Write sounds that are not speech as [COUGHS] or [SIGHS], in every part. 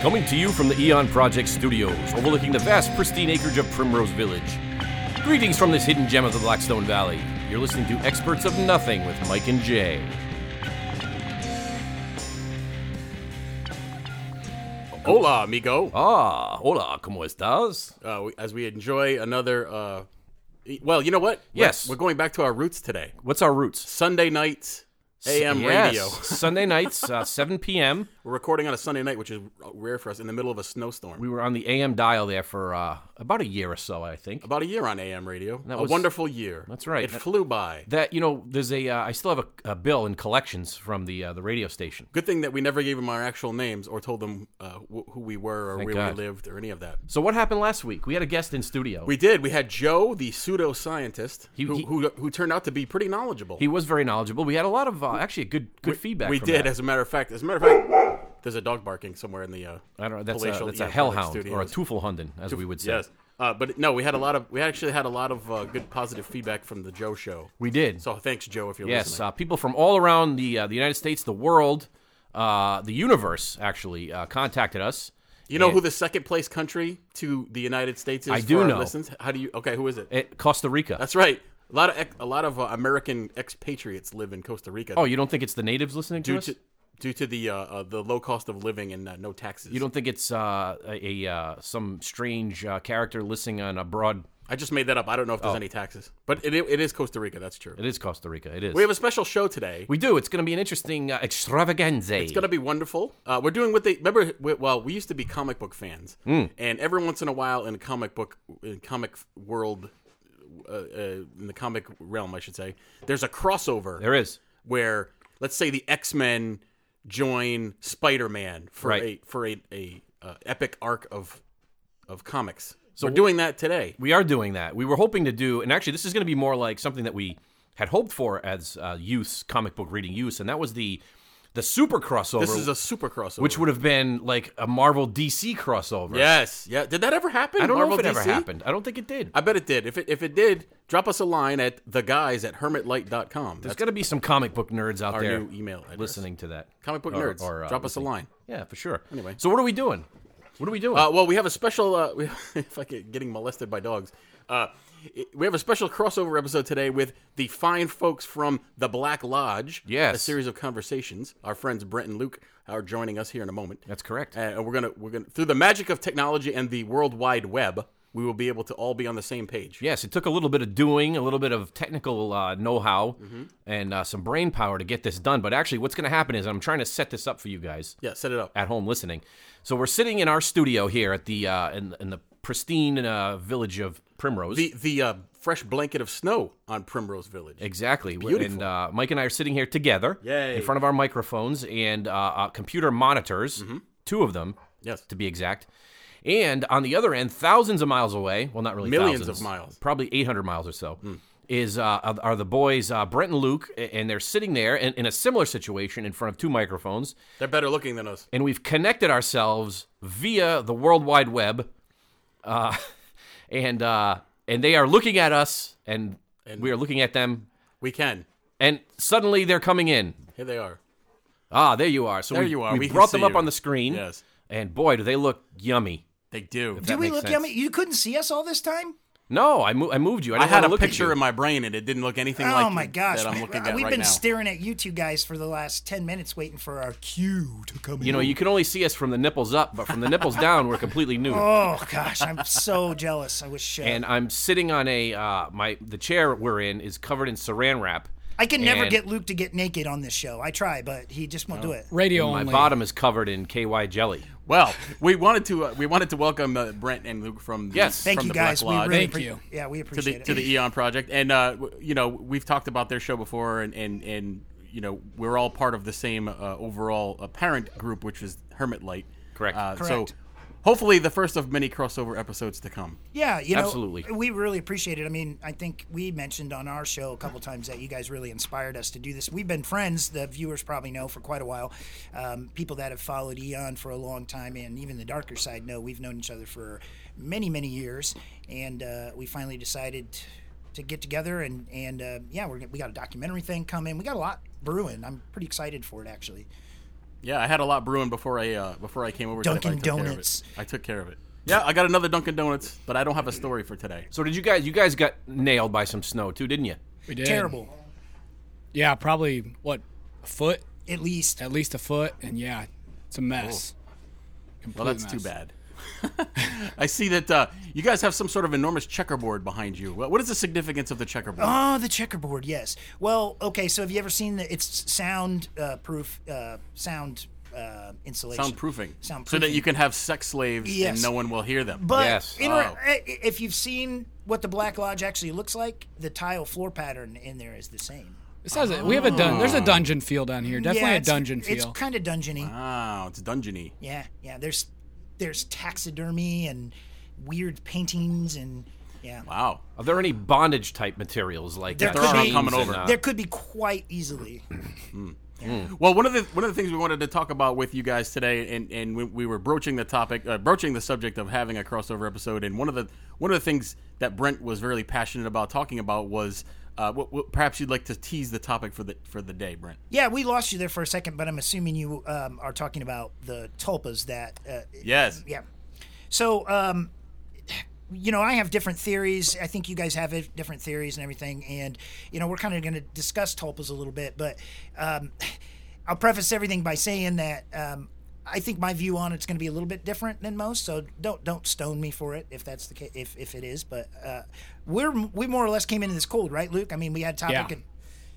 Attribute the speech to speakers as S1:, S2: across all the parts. S1: Coming to you from the Eon Project studios, overlooking the vast, pristine acreage of Primrose Village. Greetings from this hidden gem of the Blackstone Valley. You're listening to Experts of Nothing with Mike and Jay.
S2: Hola, amigo.
S1: Ah, hola, ¿cómo estás?
S2: Uh, we- as we enjoy another. Uh, e- well, you know what? We're-
S1: Yes.
S2: We're, going back to our roots today.
S1: What's our roots?
S2: Sunday nights, AM
S1: Yes,
S2: [LAUGHS] radio.
S1: Sunday nights, uh, 7 p.m.
S2: We're recording on a Sunday night, which is rare for us, in the middle of a snowstorm.
S1: We were on the AM dial there for uh, about a year or so, I think.
S2: About a year on AM radio.
S1: That
S2: a
S1: was-
S2: wonderful year.
S1: That's right.
S2: It
S1: That-
S2: flew by.
S1: That you know, there's a. Uh, I still have a, a bill in collections from the uh, the radio station.
S2: Good thing that we never gave them our actual names or told them uh, wh- who we were or where
S1: God.
S2: we lived or any of that.
S1: So what happened last week? We had a guest in studio.
S2: We did. We had Joe, the pseudoscientist,
S1: He-
S2: who,
S1: he-
S2: who, who turned out to be pretty knowledgeable.
S1: he was very knowledgeable. We had a lot of uh, actually good good feedback.
S2: we
S1: from
S2: did,
S1: that.
S2: as a matter of fact. As a matter of fact, there's a dog barking somewhere in the. Uh,
S1: I don't know. That's a
S2: palatial
S1: that's a
S2: Ian Fleming
S1: hellhound or a
S2: Studios.
S1: Tufelhunden, as we would say.
S2: Yes. Uh, but no, we had a lot of we actually had a lot of uh, good positive feedback from the Joe show.
S1: We did.
S2: So thanks, Joe, if you're
S1: yes,
S2: listening.
S1: uh, people from all around the uh, the United States, the world, uh, the universe actually uh, contacted us.
S2: You know who the second place country to the United States is?
S1: I do
S2: for our
S1: know. Eh.
S2: Listens? How do you? Okay, who is it?
S1: At Costa Rica.
S2: That's right. A lot of ex- a lot of uh, American expatriates live in Costa Rica.
S1: oh, you don't think it's the natives listening to
S2: due
S1: us?
S2: to due to the uh, uh, the low cost of living and uh, no taxes.
S1: you don't think it's uh, a, a uh, some strange uh, character listening on a broad?
S2: I just made that up. I don't know if there's any taxes, but it, it is Costa Rica. That's true.
S1: Oh. It is Costa Rica. It is.
S2: We have a special show today.
S1: We do. It's going to be an interesting uh, extravaganza.
S2: It's gonna be wonderful. Uh, we're doing what they remember. We, well, we used to be comic book fans,
S1: Mm.
S2: and every once in a while, in the comic book, in comic world, uh, uh, in the comic realm, I should say, there's a crossover
S1: there is.
S2: where, let's say, the X Men join Spider Man for
S1: Right.
S2: a for a, a uh, epic arc of of comics. So we're doing that today.
S1: We are doing that. We were hoping to do, and actually, this is going to be more like something that we had hoped for as uh, youths, comic book reading youths, and that was the the super crossover,
S2: This is a super crossover.
S1: which would have been like a Marvel DC crossover.
S2: yes, yeah. Did that ever happen?
S1: I don't
S2: Marvel
S1: know if it
S2: DC?
S1: ever happened. I don't think it did.
S2: I bet it did. If it if it did, drop us a line at the guys at hermitlight.com.
S1: There's got to be some comic book nerds out
S2: our
S1: there
S2: new email address.
S1: listening to that.
S2: Comic book
S1: Or-
S2: nerds.
S1: or, uh,
S2: Drop us a line.
S1: Yeah, for sure.
S2: Anyway.
S1: so what are we doing? What are we doing?
S2: Uh, well, we have a special. Uh, [LAUGHS] we, if I get getting molested by dogs, uh, it- we have a special crossover episode today with the fine folks from the Black Lodge.
S1: Yes.
S2: a series of conversations. Our friends Brent and Luke are joining us here in a moment. Uh,
S1: That's correct.
S2: And we're gonna we're gonna through the magic of technology and the World Wide Web, we will be able to all be on the same page.
S1: Yes, it took a little bit of doing, a little bit of technical uh, know-how,
S2: Mm-hmm.
S1: and uh, some brain power to get this done. But actually, what's going to happen is I'm trying to set this up for you guys
S2: Yeah, set it up.
S1: at home listening. So we're sitting in our studio here at the uh, in, in the pristine uh, village of Primrose.
S2: The the uh, fresh blanket of snow on Primrose Village.
S1: exactly. And uh, Mike and I are sitting here together
S2: Yay.
S1: in front of our microphones and uh, uh, computer monitors,
S2: Mm-hmm.
S1: two of them
S2: Yes.
S1: to be exact. And on the other end, thousands of miles away, well, not really
S2: Millions
S1: thousands,
S2: of miles. Hmm.
S1: probably 800 miles or so, is uh, are are the boys uh, Brent and Luke, a- and they're sitting there in, in a similar situation in front of two microphones,
S2: They're better looking than us.
S1: and we've connected ourselves via the World Wide Web, uh, [LAUGHS] and uh, and they are looking at us, and, we are looking at them,
S2: We can.
S1: and suddenly they're coming in.
S2: Here they are.
S1: Ah, there you are. So we,
S2: you are.
S1: we
S2: We can
S1: brought them
S2: see
S1: up
S2: you.
S1: on the screen,
S2: Yes.
S1: and boy, do they look yummy.
S2: They do.
S3: Do we
S1: makes
S3: look
S1: sense.
S3: yummy? You couldn't see us all this time?
S1: No, I, mo- I moved you. I,
S2: I
S1: didn't
S2: had
S1: wanna
S2: a
S1: look at
S2: picture
S1: you.
S2: in my brain and it didn't look anything like
S3: Oh my gosh.
S2: that I'm looking at
S3: We've
S2: right
S3: been
S2: now.
S3: staring at you two guys for the last 10 minutes waiting for our cue to come in.
S1: You know, you can only see us from the nipples up, but from the nipples down, we're completely nude.
S3: Oh gosh,
S2: [LAUGHS]
S3: I'm so jealous. I wish uh,
S1: And I'm sitting on a uh, my the chair we're in is covered in Saran wrap.
S3: I can never
S1: and-
S3: get Luke to get naked on this show. I try, but he just won't do
S2: Oh.
S3: it.
S4: Radio
S1: My
S4: only.
S1: bottom is covered in KY jelly.
S2: well, we wanted to uh, we wanted to welcome uh, Brent and Luke from the,
S1: Yes.
S2: from
S3: Thank you
S2: the
S3: guys.
S2: Black Lodge
S3: We really
S4: Thank
S3: appre-
S4: you.
S3: Yeah, we
S2: to
S3: appreciate
S2: the
S3: it.
S2: to
S3: [LAUGHS]
S2: the Eon Project, and uh, w- you know we've talked about their show before, and and, and you know we're all part of the same uh, overall uh, parent group, which is Hermit Light.
S1: Correct.
S2: Uh, So
S3: Correct.
S2: hopefully the first of many crossover episodes to come.
S3: Yeah, you know,
S1: Absolutely.
S3: We really appreciate it. I mean, I think we mentioned on our show a couple times that you guys really inspired us to do this. We've been friends, the viewers probably know, for quite a while. Um, people that have followed Eon for a long time, and even the darker side know we've known each other for many, many years. And uh, we finally decided to get together, and and uh, yeah, we're, gonna- we got a documentary thing coming. We got a lot brewing. I'm pretty excited for it, actually.
S2: Yeah, I had a lot brewing before I uh, before I came over. today, but I took
S3: Dunkin'
S2: care of it.
S3: Donuts.
S2: I took care of it. Yeah, I got another Dunkin' Donuts, but I don't have a story for today.
S1: So did you guys? You guys got nailed by some snow too, didn't you?
S4: We did.
S3: Terrible,
S4: Yeah, probably what a foot,
S3: at least.
S4: at least a foot, and yeah, it's a mess. Complete
S2: Well, that's too
S4: mess.
S2: bad. [LAUGHS] I see that uh, you guys have some sort of enormous checkerboard behind you. What what is the significance of the checkerboard?
S3: Oh, the checkerboard. Yes. Well, okay. So have you ever seen the? It's sound uh, proof, uh, sound uh, insulation.
S2: Soundproofing.
S3: Soundproofing.
S2: So that you can have sex slaves
S3: Yes.
S2: and no one will hear them.
S3: But
S1: Yes.
S3: inter-
S2: Oh.
S3: i- if you've seen what the Black Lodge actually looks like, the tile floor pattern in there is the same.
S4: This has a, we have a dun- there's a
S2: Oh.
S4: dungeon feel down here. Definitely
S3: Yeah,
S4: a
S3: it's-
S4: dungeon
S3: It's
S4: feel.
S3: kind of dungeony.
S2: wow, it's dungeony.
S3: Yeah, yeah. There's there's taxidermy and weird paintings and yeah.
S2: Wow.
S1: Are there any bondage type materials like
S3: There
S1: that? uh,
S3: could
S2: are
S3: be-
S2: coming over.
S3: There could be quite easily.
S2: Well, one of the one of the things we wanted to talk about with you guys today, and and we, we were broaching the topic, uh, broaching the subject of having a crossover episode, and one of the one of the things that Brent was really passionate about talking about was. Uh, what, what, perhaps you'd like to tease the topic for the for the day, Brent.
S3: Yeah, we lost you there for a second, but I'm assuming you um, are talking about the tulpas that. Uh,
S2: Yes.
S3: yeah. So, um, you know, I have different theories. I think you guys have it- different theories and everything. And, you know, we're kind of going to discuss tulpas a little bit, but um, I'll preface everything by saying that. Um, I think my view on it's going to be a little bit different than most, so don't don't stone me for it if that's the case, if, if it is. But uh, we're we more or less came into this cold, right, Luke? I mean, we had topic
S4: Yeah.
S3: and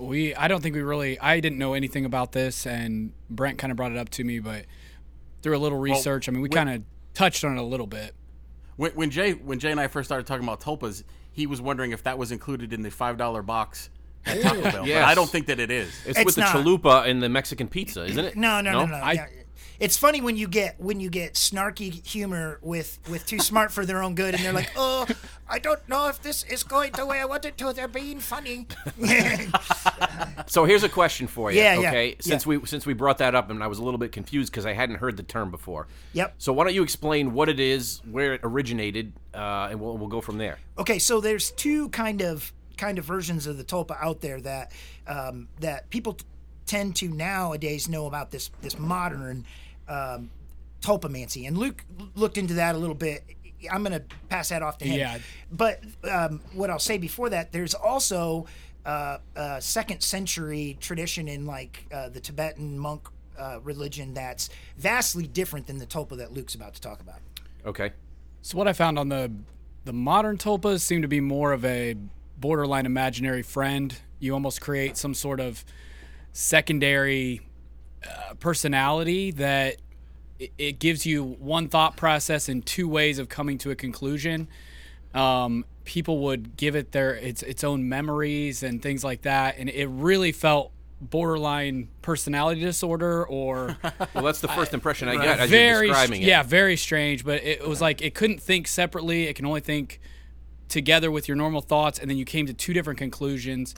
S4: We I don't think we really I didn't know anything about this, and Brent kind of brought it up to me, but through a little research, I mean, we
S2: when-
S4: kind of touched on it a little bit.
S2: When, when Jay when Jay and I first started talking about tulpas, he was wondering if that was included in the five dollar box at Taco Bell.
S1: yes.
S2: But I don't think that it is.
S1: It's,
S3: It's
S1: with
S3: not.
S1: the chalupa and the Mexican pizza, isn't it?
S3: No, no, no, no.
S4: I-
S3: yeah. It's funny when you get when you get snarky humor with with too smart for their own good, and they're like, "Oh, I don't know if this is going the way I want it to." They're being funny. [LAUGHS]
S1: So here's a question for you.
S3: Yeah, yeah,
S1: okay.
S3: yeah.
S1: Since we since we brought that up, and I was a little bit confused because I hadn't heard the term before.
S3: Yep.
S1: So why don't you explain what it is, where it originated, uh, and we'll, we'll go from there.
S3: okay so there's two kind of kind of versions of the tulpa out there that um, that people t- tend to nowadays know about this this modern um, tulpamancy and luke looked into that a little bit i'm gonna pass that off to him
S4: Yeah.
S3: but um, what i'll say before that there's also uh, a second century tradition in like uh, the tibetan monk uh, religion that's vastly different than the tulpa that luke's about to talk about
S1: Okay.
S4: So what I found on the the modern tulpas seem to be more of a borderline imaginary friend. You almost create some sort of secondary uh, personality that it, it gives you one thought process and two ways of coming to a conclusion. Um, people would give it their its its own memories and things like that, and it really felt borderline personality disorder or
S1: Well, that's the first impression I
S2: [LAUGHS]
S1: got as
S4: very
S1: you're describing it.
S4: yeah very strange but it was like it couldn't think separately it can only think together with your normal thoughts and then you came to two different conclusions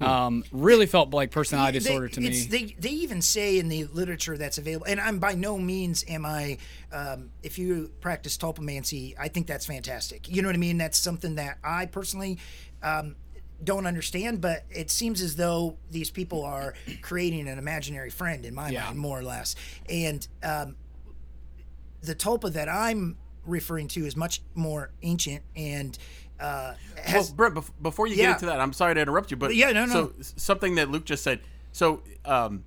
S2: Hmm.
S4: um, really felt like personality disorder to me
S3: it's- They, they even say in the literature that's available, and I'm by no means am I. Um, if you practice tulpomancy, I think that's fantastic. You know what I mean? That's something that I personally um, don't understand, but it seems as though these people are creating an imaginary friend in my
S4: Yeah.
S3: mind, more or less. And um, the tulpa that I'm referring to is much more ancient and uh, has
S2: well, Brent, bef- before you
S3: Yeah.
S2: get into that, I'm sorry to interrupt you, but
S3: Yeah, no, no.
S2: So s- something that Luke just said. So, um,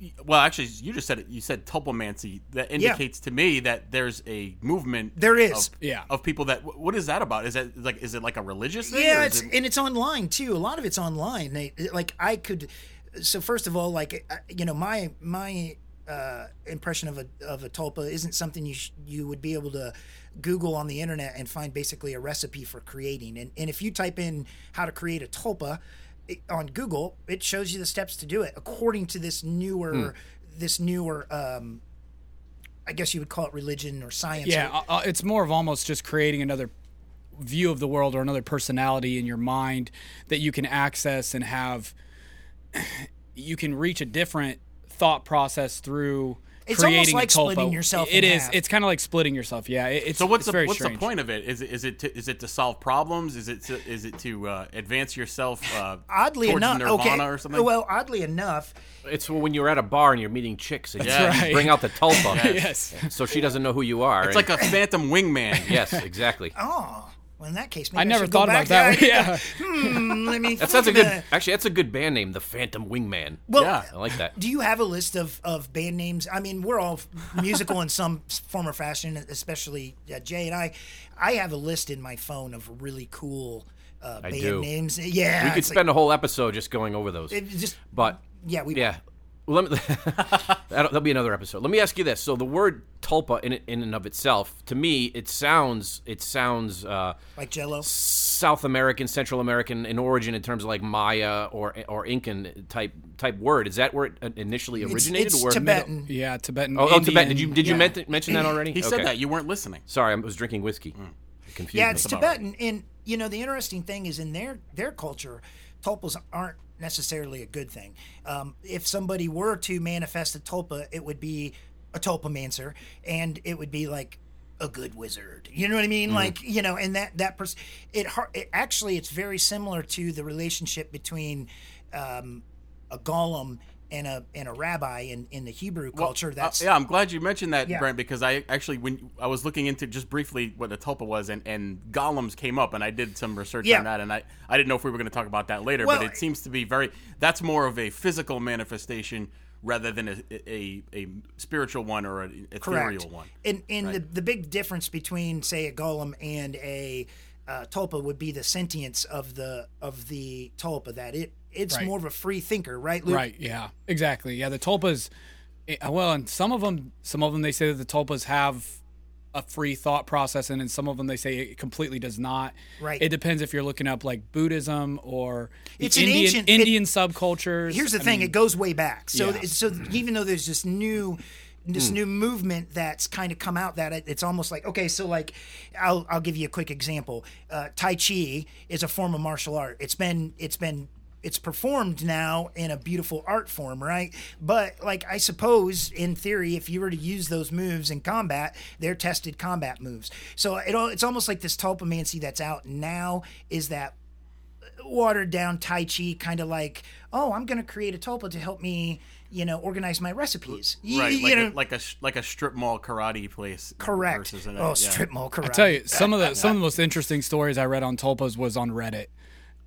S2: y- well, actually, you just said it. You said tulpomancy. That indicates to me that there's a movement.
S3: There is.
S2: of,
S4: Yeah.
S2: of people that. wh- What is that about? Is that like is it like a religious thing?
S3: Yeah,
S2: or
S3: it's,
S2: is it-
S3: and it's online too. A lot of it's online. They, like I could, so first of all, like I- you know, my my uh, impression of a of a tulpa isn't something you sh- you would be able to Google on the internet and find basically a recipe for creating. And and if you type in how to create a tulpa it, on Google, it shows you the steps to do it according to this newer
S2: Hmm.
S3: this newer. Um, I guess you would call it religion or science. or-
S4: yeah uh, uh, it's more of almost just creating another view of the world or another personality in your mind that you can access [SIGHS] and have you can reach a different thought process through
S3: It's almost
S4: creating
S3: like
S4: a tulpa.
S3: splitting yourself.
S4: It
S3: in
S4: is.
S3: half.
S4: It's kind of like splitting yourself. Yeah. It- it's
S2: So what's
S4: it's
S2: the
S4: very
S2: what's
S4: strange.
S2: the point of it? Is it is it to, is it to solve problems? Is it to, is it to uh, advance yourself? Uh,
S3: oddly
S2: towards
S3: enough.
S2: Nirvana
S3: okay.
S2: or something.
S3: Well, oddly enough,
S1: It's when you're at a bar and you're meeting chicks and
S2: That's
S1: you
S4: right.
S1: bring out the tulpa.
S4: [LAUGHS] [LAUGHS] Yes.
S1: So she doesn't know who you are.
S2: it's like a phantom
S3: [LAUGHS]
S2: wingman.
S1: yes, exactly.
S3: oh, well, in that case, maybe
S4: I never
S3: should go back
S4: thought about that.
S3: to-
S4: one. Yeah.
S3: [LAUGHS] Hmm,
S4: [LAUGHS]
S3: let me.
S1: That sounds a
S3: think
S1: good.
S3: about-
S1: Actually, that's a good band name, the Phantom Wingman.
S3: Well,
S2: Yeah.
S1: I like
S3: [LAUGHS]
S1: that.
S3: Do you have a list of, of band names? I mean, we're all musical in some s- form or fashion, especially uh, Jay and I. I have a list in my phone of really cool uh, band
S1: do.
S3: names. Yeah,
S1: We could
S3: it's like-
S1: spend a whole episode just going over those.
S3: it just
S1: But
S3: yeah, we
S1: yeah, let me. [LAUGHS] that'll, that'll be another episode. Let me ask you this: so the word tulpa in it- in and of itself, to me, it sounds it sounds uh,
S3: like Jello.
S1: South American, Central American in origin in terms of like Maya or or Incan type type word. Is that where it uh, initially
S3: It's,
S1: originated?
S3: it's
S1: or
S3: Tibetan. [LAUGHS]
S4: Yeah. Tibetan.
S1: Oh, oh Tibet. Did
S4: Indian.
S1: you did you
S4: Yeah.
S1: ment- mention
S3: [CLEARS THROAT]
S1: that already?
S2: He said that you weren't listening.
S1: Sorry, I was drinking whiskey. Confused.
S3: Yeah, it's
S1: me.
S3: Tibetan, and you know the interesting thing is in their their culture, tulpas aren't necessarily a good thing. Um, if somebody were to manifest a tulpa, it would be a tulpamancer, and it would be like a good wizard. You know what I mean? Like you know, and that that person, it, har- it actually it's very similar to the relationship between um, a golem and a and a rabbi in in the Hebrew culture.
S2: Uh,
S3: That's
S2: yeah, I'm glad you mentioned that,
S3: Yeah.
S2: Brent, because I actually when I was looking into just briefly what a tulpa was, and and golems came up, and I did some research
S3: Yeah.
S2: on that, and I I didn't know if we were going to talk about that later,
S3: Well,
S2: but it seems to be very that's more of a physical manifestation rather than a a, a spiritual one or an ethereal one.
S3: And and the, the big difference between say a golem and a uh, tulpa would be the sentience of the of the tulpa that it it's
S4: Right.
S3: more of a free thinker, right, Luke?
S4: Right. Yeah. Exactly. Yeah. The tulpas. eh, Well, and some of them, some of them, they say that the tulpas have a free thought process, and then some of them they say it completely does not.
S3: Right.
S4: It depends if you're looking up like Buddhism or the
S3: It's an
S4: Indian
S3: ancient- it-
S4: Indian subcultures.
S3: Here's the
S4: I
S3: thing:
S4: mean,
S3: it goes way back. So
S4: Yeah. Hmm.
S3: so even though there's this new this new movement that's kind of come out that it, it's almost like okay so like I'll, I'll give you a quick example uh, tai chi is a form of martial art it's been it's been it's performed now in a beautiful art form right but like i suppose in theory if you were to use those moves in combat they're tested combat moves so it, all it's almost like this tulpomancy that's out now is that watered down Tai Chi, kind of like, oh, I'm going to create a tulpa to help me, you know, organize my recipes. Y-
S2: Right,
S3: you
S2: like,
S3: know,
S2: a, like a sh- like a strip mall karate place.
S3: correct.
S2: versus an-
S3: Oh,
S2: yeah.
S3: strip mall, correct.
S4: tell you some of the some of the most interesting stories I read on tulpas was on Reddit.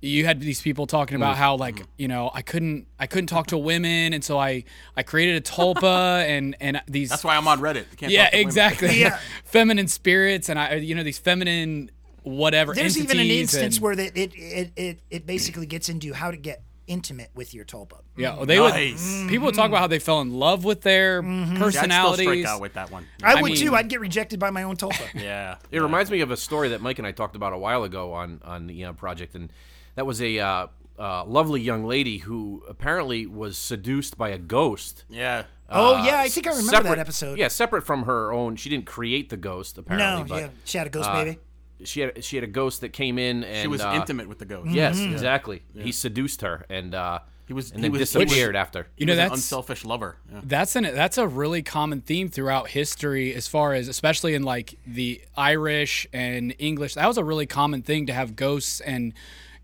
S4: You had these people talking about how like you know I couldn't I couldn't talk to women, and so I I created a tulpa
S2: [LAUGHS]
S4: and and these
S2: That's why I'm on Reddit. You can't
S4: yeah
S2: talk to women.
S4: exactly
S3: Yeah.
S4: [LAUGHS] feminine spirits and I you know these feminine whatever
S3: There's even an
S4: entities
S3: instance
S4: and-
S3: where that it, it, it, it basically gets into how to get intimate with your tulpa.
S4: yeah well, they
S2: Nice.
S4: would people would talk about how they fell in love with their
S2: [LAUGHS] Yeah, I'd still
S4: personalities
S2: strike out with that one.
S3: I, would
S4: mean-
S3: too. I'd get rejected by my own tulpa.
S2: yeah,
S1: It reminds me of a story that Mike and I talked about a while ago on on the uh, project, and that was a uh, uh, lovely young lady who apparently was seduced by a ghost.
S2: yeah.
S3: oh yeah, I think I remember
S1: separate,
S3: that episode.
S1: Yeah, separate from her own. She didn't create the ghost apparently,
S3: No,
S1: but
S3: yeah, Shadow Ghost Baby.
S1: she had she had a ghost that came in and
S2: She was
S1: uh,
S2: intimate with the ghost.
S1: Yes,
S3: Mm-hmm.
S1: exactly. He seduced her and uh,
S2: He was-
S1: and
S2: he
S1: then
S2: was- he was-
S1: disappeared after.
S4: you know
S2: He was an
S4: that's
S2: unselfish lover. Yeah.
S4: That's an that's a really common theme throughout history, as far as especially in like the Irish and English. That was a really common thing to have ghosts and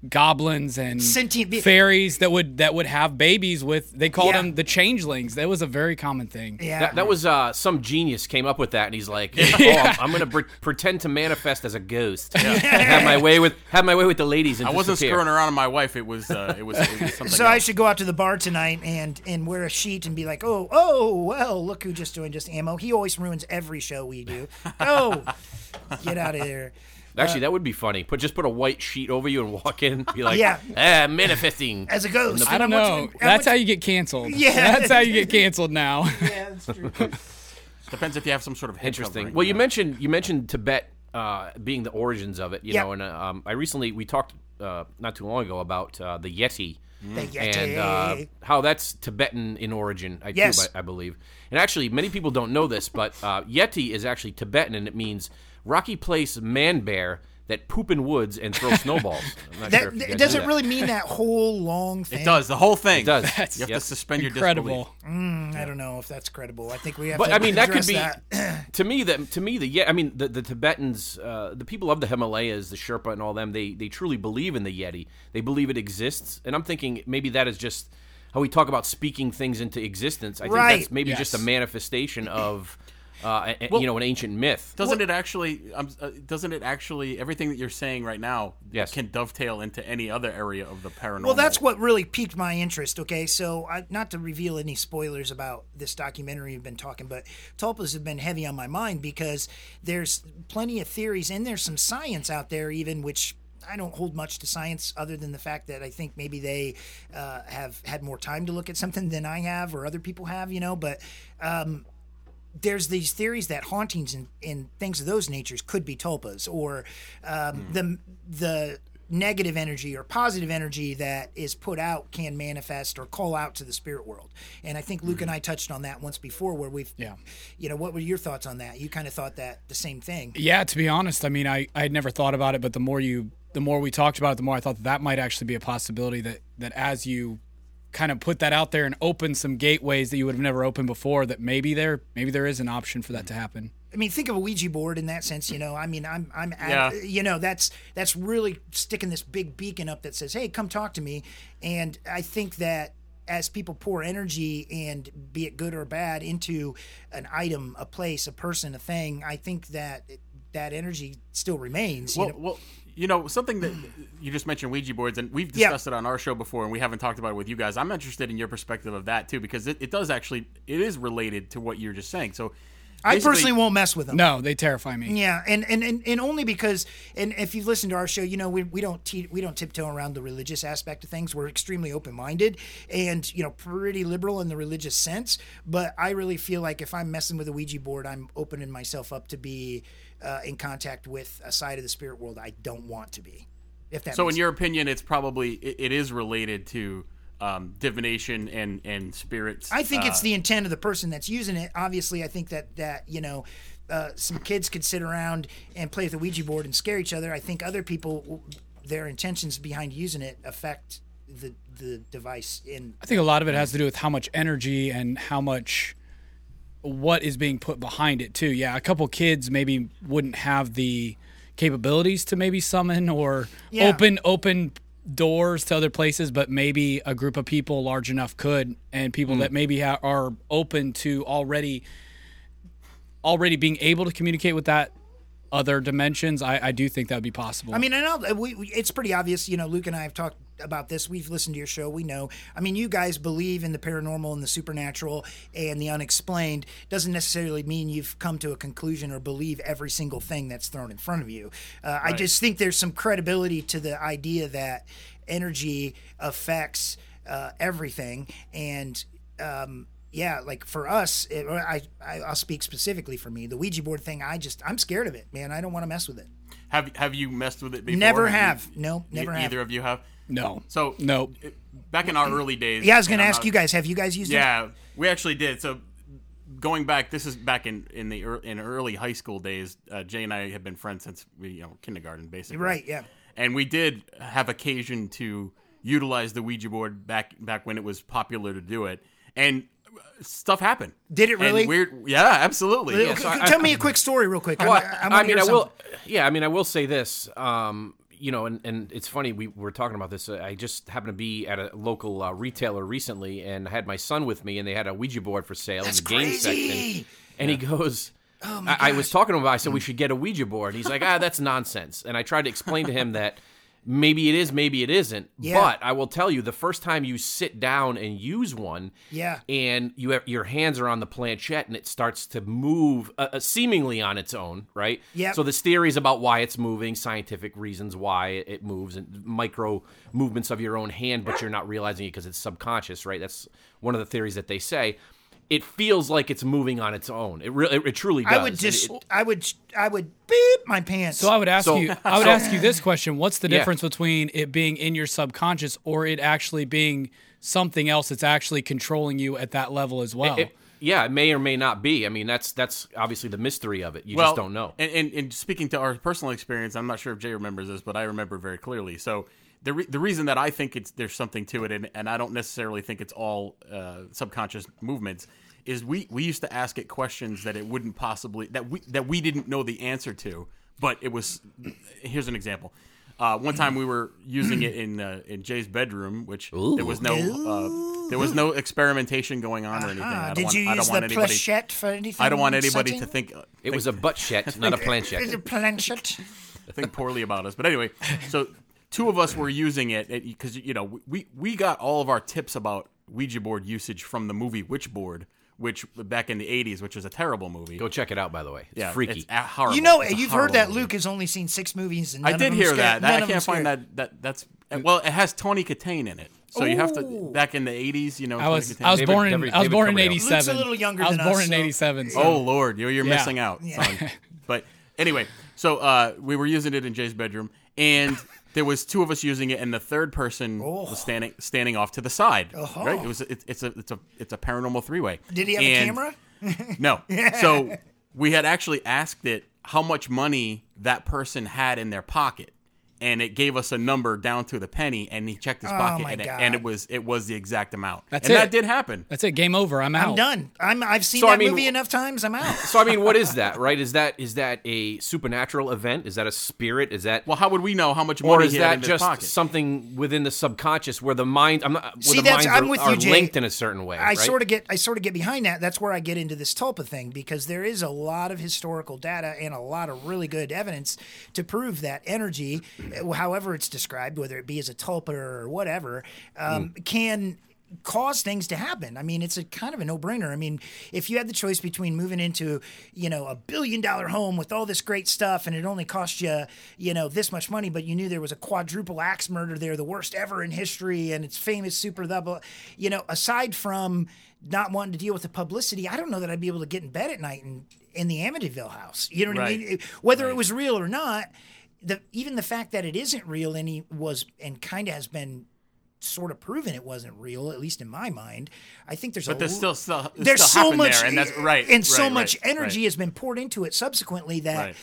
S4: goblins and
S3: Sentient be-
S4: fairies that would that would have babies with. They called
S3: Yeah.
S4: them the changelings. That was a very common thing.
S3: Yeah.
S1: That, that was uh, some genius came up with that, and he's
S2: [LAUGHS]
S1: like, "Oh, I'm, I'm gonna pre- pretend to manifest as a ghost, and have my way with have my way with the ladies." And
S2: I wasn't
S1: disappear.
S2: screwing around on my wife. It was uh, it was, it
S3: [LAUGHS]
S2: was something.
S3: so I
S2: else.
S3: should go out to the bar tonight and and wear a sheet and be like, oh, oh, well, look who just joined us, Ammo. He always ruins every show we
S4: [LAUGHS]
S3: do. Oh, get out of there.
S1: Actually,
S3: Uh,
S1: that would be funny. Put just put a white sheet over you and walk in, be like,
S3: Yeah.
S1: "Ah, manifesting."
S3: As a ghost.
S4: I don't
S3: And I
S4: know.
S3: want you to- I
S4: That's how
S3: want
S4: you get canceled.
S3: Yeah.
S4: That's how you get canceled now.
S3: [LAUGHS] Yeah, that's true.
S2: depends if you have some sort of head
S1: Interesting.
S2: covering,
S1: Well, you
S2: yeah.
S1: mentioned you mentioned Tibet uh, being the origins of it, you
S3: Yeah.
S1: know, and uh, um, I recently we talked uh, not too long ago about uh, the Yeti.
S3: The Yeti.
S1: and uh, how that's Tibetan in origin, I,
S3: Yes.
S1: I, I believe. And actually, many people don't know this, but uh, Yeti is actually Tibetan, and it means rocky place man bear that poop in woods and throw snowballs. I'm not sure if
S3: That,
S1: you guys
S3: it
S1: knew
S3: doesn't
S1: that.
S3: really mean that whole long thing.
S1: [LAUGHS]
S2: It does the whole thing. It
S1: does.
S4: That's
S2: you have
S1: Yep.
S2: to suspend your
S4: Incredible.
S2: disbelief.
S3: I don't know if that's credible. I think we have.
S1: But
S3: to
S1: I mean, that could
S3: address
S1: be [CLEARS THROAT]
S3: that.
S1: to me that to me the yeah. I mean, the, the Tibetans, uh, the people of the Himalayas, the Sherpa, and all them. They they truly believe in the Yeti. They believe it exists, and I'm thinking maybe that is just how we talk about speaking things into existence. I think
S3: Right.
S1: that's maybe just a
S4: Yes.
S1: manifestation of. Uh, a- a- you know, an ancient myth.
S2: Doesn't it actually? Um, uh, doesn't it actually? Everything that you're saying right now
S1: Yes.
S2: can dovetail into any other area of the paranormal.
S3: Well, that's what really piqued my interest. Okay, so I, not to reveal any spoilers about this documentary we've been talking, but tulpas have been heavy on my mind because there's plenty of theories and there's some science out there, even which I don't hold much to science other than the fact that I think maybe they uh, have had more time to look at something than I have or other people have, you know, but. Um, there's these theories that hauntings and, and things of those natures could be tulpas or um, the the negative energy or positive energy that is put out can manifest or call out to the spirit world and i think luke and i touched on that once before where we've
S4: Yeah.
S3: you know what were your thoughts on that you kind of thought that the same thing
S4: Yeah, to be honest, I mean, I, I had never thought about it, but the more you, the more we talked about it, the more I thought that, that might actually be a possibility that, that as you kind of put that out there and open some gateways that you would have never opened before, that maybe there, maybe there is an option for that to happen.
S3: I mean, think of a Ouija board in that sense. You know, I mean, I'm, I'm, ad-
S2: Yeah.
S3: you know, that's that's really sticking this big beacon up that says, "Hey, come talk to me." And I think that as people pour energy and be it good or bad into an item, a place, a person, a thing, I think that that energy still remains.
S2: Well,
S3: you know?
S2: well, you know something that you just mentioned Ouija boards, and we've
S3: Yeah.
S2: discussed it on our show before, and we haven't talked about it with you guys. I'm interested in your perspective of that too, because it, it does actually it is related to what you're just saying. So,
S3: I
S2: basically-
S3: personally won't mess with them.
S4: No, they terrify me.
S3: Yeah, and, and, and, and only because and if you've listened to our show, you know we, we don't te- we don't tiptoe around the religious aspect of things. We're extremely open minded and you know pretty liberal in the religious sense. But I really feel like if I'm messing with a Ouija board, I'm opening myself up to be uh, in contact with a side of the spirit world I don't want to be. If that
S2: so
S3: makes
S2: in your opinion, it's probably it, it is related to um, divination and and spirits.
S3: I think
S2: uh,
S3: it's the intent of the person that's using it. Obviously, I think that that you know, uh, some kids could sit around and play with the Ouija board and scare each other. I think other people, their intentions behind using it affect the the device. In
S4: I think a lot of it has to do with how much energy and how much what is being put behind it too. Yeah, a couple kids maybe wouldn't have the capabilities to maybe summon or
S3: Yeah.
S4: open open doors to other places, but maybe a group of people large enough could and people
S3: Hmm.
S4: that maybe ha- are open to already already being able to communicate with that other dimensions. I, I do think that would be possible.
S3: I mean, I know we, we, it's pretty obvious. You know, Luke and I have talked about this. We've listened to your show. We know. I mean, you guys believe in the paranormal and the supernatural and the unexplained. Doesn't necessarily mean you've come to a conclusion or believe every single thing that's thrown in front of you. Uh, I just think there's some credibility to the idea that energy affects uh, everything and. Um, yeah, like for us, it, or I, I I'll speak specifically for me. The Ouija board thing, I just I'm scared of it, man. I don't want to mess with it.
S2: have have you messed with it before?
S3: Never
S2: you-
S3: have. No, never
S2: e-
S3: have.
S2: Either of you have.
S4: no.
S2: So
S4: no.
S2: it- Back in our early days.
S3: Yeah, I was going to
S2: and I'm
S3: ask
S2: not-
S3: you guys. Have you guys used it?
S2: Yeah, we actually did. So going back, this is back in in the ear- in early high school days. Uh, Jay and I have been friends since we you know kindergarten, basically.
S3: Right, yeah.
S2: And we did have occasion to utilize the Ouija board back back when it was popular to do it, and uh, stuff happened.
S3: Did it
S2: And
S3: really?
S2: weird, yeah, absolutely.
S3: C-
S2: Yes.
S1: I-
S3: Tell me a quick story, real quick. I'm,
S1: Well,
S3: I'm
S1: I,
S3: gonna
S1: mean,
S3: hear
S1: I
S3: something.
S1: will. Yeah, I mean, I will say this. Um, you know, and, and it's funny we were talking about this. I just happened to be at a local uh, retailer recently, and I had my son with me, and they had a Ouija board for sale
S3: That's
S1: in the game
S3: crazy! Oh
S1: section. And he goes, I, I was talking to him about. it, I said we should get a Ouija board. And he's like, Ah, that's nonsense. And I tried to explain to
S3: [LAUGHS]
S1: him that maybe it is, maybe it isn't.
S3: Yeah.
S1: But I will tell you, the first time you sit down and use one,
S3: Yeah.
S1: and you have, your hands are on the planchette and it starts to move uh, uh, seemingly on its own, right?
S3: Yep.
S1: So this theory is about why it's moving, scientific reasons why it, it moves, and micro movements of your own hand, but you're not realizing it because it's subconscious, right? That's one of the theories that they say. It feels like it's moving on its own. It really, it truly does.
S3: I would
S1: And
S3: just,
S1: it-
S3: I would, I would beep my pants.
S4: So I would ask
S1: So-
S4: you, I would
S1: so-
S4: ask you this question: What's the
S1: Yeah.
S4: difference between it being in your subconscious or it actually being something else that's actually controlling you at that level as well?
S1: it- yeah, it may or may not be. I mean, that's that's obviously the mystery of it. You just don't know.
S2: And, and and speaking to our personal experience, I'm not sure if Jay remembers this, but I remember very clearly. So the re- the reason that I think it's there's something to it, and, and I don't necessarily think it's all uh, subconscious movements, is we we used to ask it questions that it wouldn't possibly that we that we didn't know the answer to, but it was. Here's an example. Uh, one time we were using it in uh, in Jay's bedroom, which there was no uh, there was no experimentation going on or anything. I don't
S3: Ah, did
S2: want,
S3: you
S2: I don't
S3: use the
S2: want anybody,
S3: planchette for anything?
S2: I don't want anybody to
S3: setting?
S2: think
S1: It was a butt shet,
S2: [LAUGHS]
S1: not a planchette.
S3: The planchette.
S2: think poorly about us. But anyway, so two of us were using it because you know we we got all of our tips about Ouija board usage from the movie Witchboard, which back in the '80s, which was a terrible movie.
S1: Go check it out, by the way. It's
S2: yeah,
S1: freaky.
S2: It's a- horrible.
S3: You know,
S2: It's a
S3: you've
S2: horrible
S3: heard that
S2: movie.
S3: Luke has only seen six movies, and
S2: I
S3: none
S2: did
S3: of
S2: hear
S3: them's
S2: that.
S3: Good. None
S2: I
S3: of
S2: can't
S3: them's
S2: find
S3: good.
S2: that. That that's well, it has Tony Katane in it. So you have to back in the '80s. You know,
S4: I
S2: Tony
S4: was
S2: Katane.
S4: I was
S1: David-
S4: born in
S1: David-
S4: I was
S1: David
S4: born in
S1: Coverdale.
S4: '87.
S3: Luke's a little younger
S4: I was
S3: than
S4: born
S3: us,
S4: in
S3: so-
S4: '87. So.
S2: Oh Lord, you're, you're
S4: Yeah.
S2: missing out. son.
S3: [LAUGHS]
S2: But anyway, so uh, we were using it in Jay's bedroom,
S3: [LAUGHS]
S2: and there was two of us using it, and the third person
S3: Oh.
S2: was standing standing off to the side. Right? It was it, it's a it's a it's a paranormal three way.
S3: Uh-huh. Did he have a camera? [LAUGHS]
S2: No. So we had actually asked it how much money that person had in their pocket. And it gave us a number down to the penny, and he checked his pocket,
S3: Oh, my
S2: and it,
S3: God.
S2: and it was it was the exact amount.
S4: That's
S2: and
S4: it.
S2: that did happen.
S4: That's it. Game over. I'm out.
S3: I'm done. I'm, I've seen
S1: So, I
S3: that
S1: mean,
S3: movie
S1: w-
S3: enough times. I'm
S2: [LAUGHS]
S3: out.
S1: so I mean, what is that? Right? Is that is that a supernatural event? Is that a spirit? Is that
S2: Well, how would we know how much money
S1: or is
S2: he had
S1: that
S2: in his
S1: just
S2: pocket?
S1: something within the subconscious where the mind? I'm not. Where
S3: See,
S1: the
S3: that's-
S1: minds
S3: I'm
S1: are,
S3: with you,
S1: are
S3: Jay.
S1: linked in a certain way.
S3: I
S1: right?
S3: sort of get I sort of get behind that. That's where I get into this tulpa thing because there is a lot of historical data and a lot of really good evidence to prove that energy, uh, however it's described, whether it be as a tulpa or whatever, um, can cause things to happen. I mean, it's a kind of a no-brainer. I mean, if you had the choice between moving into, you know, a billion dollar home with all this great stuff and it only cost you, you know, this much money, but you knew there was a quadruple axe murder there, the worst ever in history, and it's famous super blah, blah, you know, aside from not wanting to deal with the publicity, I don't know that I'd be able to get in bed at night and in the Amityville house. You know what I
S2: Right.
S3: mean? It- Whether it was real or not, the even the fact that it isn't real and he was and kind of has been sort of proven it wasn't real, at least in my mind. I think there's a
S2: But there's
S3: l-
S2: still, still
S3: there's
S2: still
S3: so
S2: happened
S3: much e,
S2: there, and that's right,
S3: and so
S2: right,
S3: much
S2: right,
S3: energy
S2: right.
S3: has been poured into it subsequently that
S2: Right.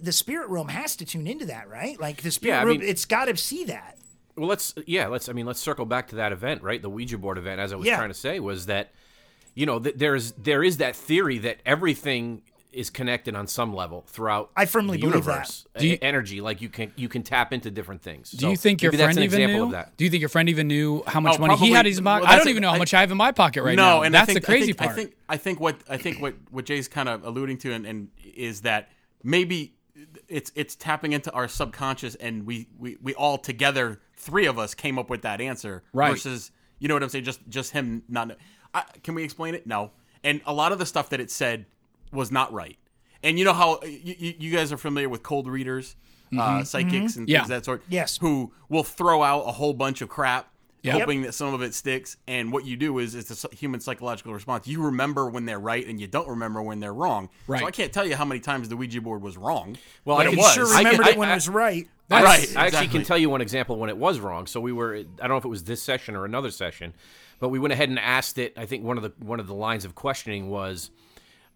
S3: the spirit realm has to tune into that, right? Like the spirit
S1: Yeah, I
S3: realm,
S1: mean-
S3: it's got to see that.
S1: Well, let's yeah, let's. I mean, let's circle back to that event, right? The Ouija board event, as I was
S3: Yeah.
S1: trying to say, was that you know th- there is there is that theory that everything is connected on some level throughout.
S3: I firmly
S1: the
S3: believe that.
S1: universe, e- energy. Like you can you can tap into different things.
S4: Do you think your friend
S1: that's an
S4: even
S1: example
S4: knew?
S1: of that?
S4: Do you think your friend even knew how much
S2: Oh,
S4: money he
S2: probably-
S4: had in his pocket?
S2: well,
S4: I
S2: that's
S4: don't
S2: it.
S4: even know how
S2: I-
S4: much I have in my pocket right now.
S2: no, and
S4: that's
S2: I think,
S4: the crazy
S2: I think,
S4: part.
S2: I think I think what I think what what Jay's kind of alluding to, and, and is that maybe it's it's tapping into our subconscious, and we we we all together, three of us, came up with that answer.
S4: Right.
S2: Versus, you know what I'm saying? Just just him not. kn- I, can we explain it? No. And a lot of the stuff that it said was not right. And you know how you, you, you guys are familiar with cold readers, uh, psychics, and
S4: Mm-hmm. Yeah.
S2: things of that sort.
S3: Yes.
S2: Who will throw out a whole bunch of crap,
S4: Yep.
S2: hoping that some of it sticks. And what you do is it's a s- human psychological response. You remember when they're right, and you don't remember when they're wrong.
S4: Right.
S2: So I can't tell you how many times the Ouija board was wrong.
S1: Well,
S2: but
S1: I
S2: it
S1: can
S2: was.
S3: Sure
S1: I get-
S3: remembered
S1: I-
S3: it when
S1: I-
S3: it was right.
S1: I,
S2: Right,
S1: actually- I actually can
S2: exactly.
S1: tell you one example when it was wrong. So we were I don't know if it was this session or another session, but we went ahead and asked it. I think one of the one of the lines of questioning was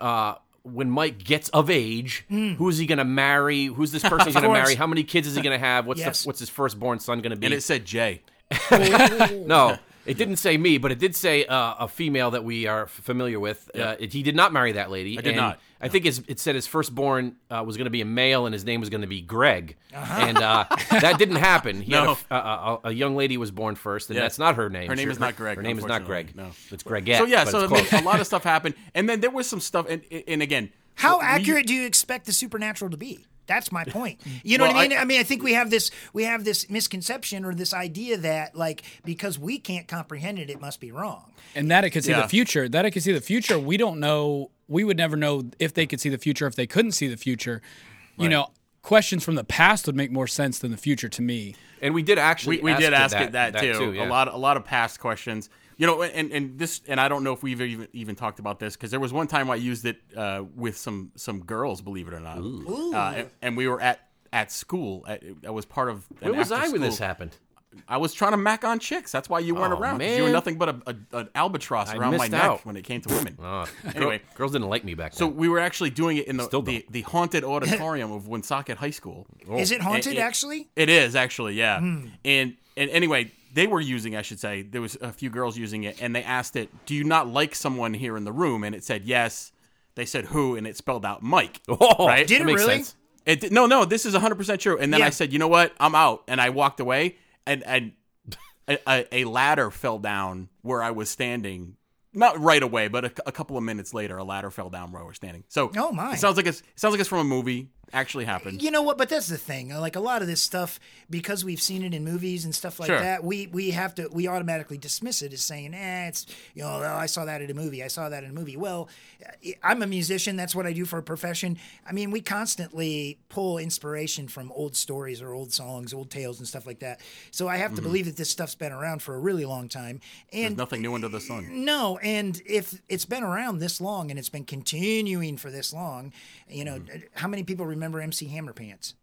S1: uh when Mike gets of age, who's he going to marry? Who's this person he's going to marry? How many kids is he going to have? What's
S3: Yes.
S1: the, what's his firstborn son going to be?
S2: and it said Jay. [LAUGHS]
S1: no, it didn't say me, but it did say uh, a female that we are f- familiar with. Uh, it- he did not marry that lady. I
S2: did not.
S1: I think his, it said his firstborn uh, was going to be a male, and his name was going to be Greg, and uh, that didn't happen.
S2: [LAUGHS]
S1: He
S2: Uh-huh. No.
S1: had a, uh, a, a, a young lady was born first, and
S2: Yeah.
S1: that's not her name.
S2: Her name
S1: Sure,
S2: is not Greg,
S1: Her name is not
S2: unfortunately.
S1: Greg.
S2: No.
S1: it's Gregette.
S2: So yeah,
S1: but
S2: so
S1: it's
S2: I mean,
S1: close.
S2: a lot of stuff happened, and then there was some stuff, and and again,
S3: How
S2: we-
S3: accurate do you expect the supernatural to be? That's my point. You know
S2: Well,
S3: what I mean? I,
S2: I-
S3: mean, I think we have this we have this misconception or this idea that like because we can't comprehend it, it must be wrong.
S4: and that it could see
S2: Yeah.
S4: the future. That it could see the future. We don't know. We would never know if they could see the future, if they couldn't see the future. You know, questions from the past would make more sense than the future to me.
S1: and we did actually
S2: we, we
S1: ask it
S2: did ask
S1: that,
S2: it that, too.
S1: yeah.
S2: A lot a lot of past questions. You know, and, and this and I don't know if we've even even talked about this because there was one time I used it uh, with some some girls, believe it or not, Uh, and, and we were at at school. At, I was part of.
S1: Where was I when this happened?
S2: I was trying to mac on chicks. That's why you weren't
S1: Oh,
S2: around. 'cause You
S1: man.
S2: were nothing but a, a, an albatross around my
S1: missed
S2: neck
S1: out. Oh.
S2: when it came to women.
S1: [LAUGHS] anyway,
S2: Anyway.
S1: girls didn't like me back
S2: So
S1: then.
S2: we were actually doing it in the
S1: Still
S2: the,
S1: don't. Oh.
S2: the
S3: [LAUGHS]
S2: haunted auditorium of Woonsocket High School.
S3: Is it haunted?
S2: it-
S3: actually, Hmm.
S2: It is actually, yeah. And and anyway, they were using, I should say, there was a few girls using it, and they asked it, "Do you not like someone here in the room?" And it said yes. They said who, and it spelled out Mike.
S1: [LAUGHS] Oh,
S2: right?
S3: Did
S1: that
S3: it
S1: makes
S3: really?
S1: sense.
S2: It did- no, no, this is 100% true. And then
S3: Yeah.
S2: I said, you know what? I'm out. And I walked away, and, and a- a, a ladder fell down where I was standing. Not right away, but a, a couple of minutes later, a ladder fell down where I was standing. So,
S3: Oh, my.
S2: It sounds like it's it sounds like it's from a movie. Actually happened.
S3: you know what? But that's the thing. Uh, Like a lot of this stuff, because we've seen it in movies and stuff like
S2: Sure.
S3: that, we we have to we automatically dismiss it as saying, eh, it's you know, oh, I saw that in a movie. I saw that in a movie. Well, eh, I'm a musician. That's what I do for a profession. I mean, we constantly pull inspiration from old stories or old songs, old tales, and stuff like that. So I have to believe that this stuff's been around for a really long time. And
S2: Nothing new under the sun.
S3: no, and if it's been around this long and it's been continuing for this long, you know, how many people remember MC Hammer Pants?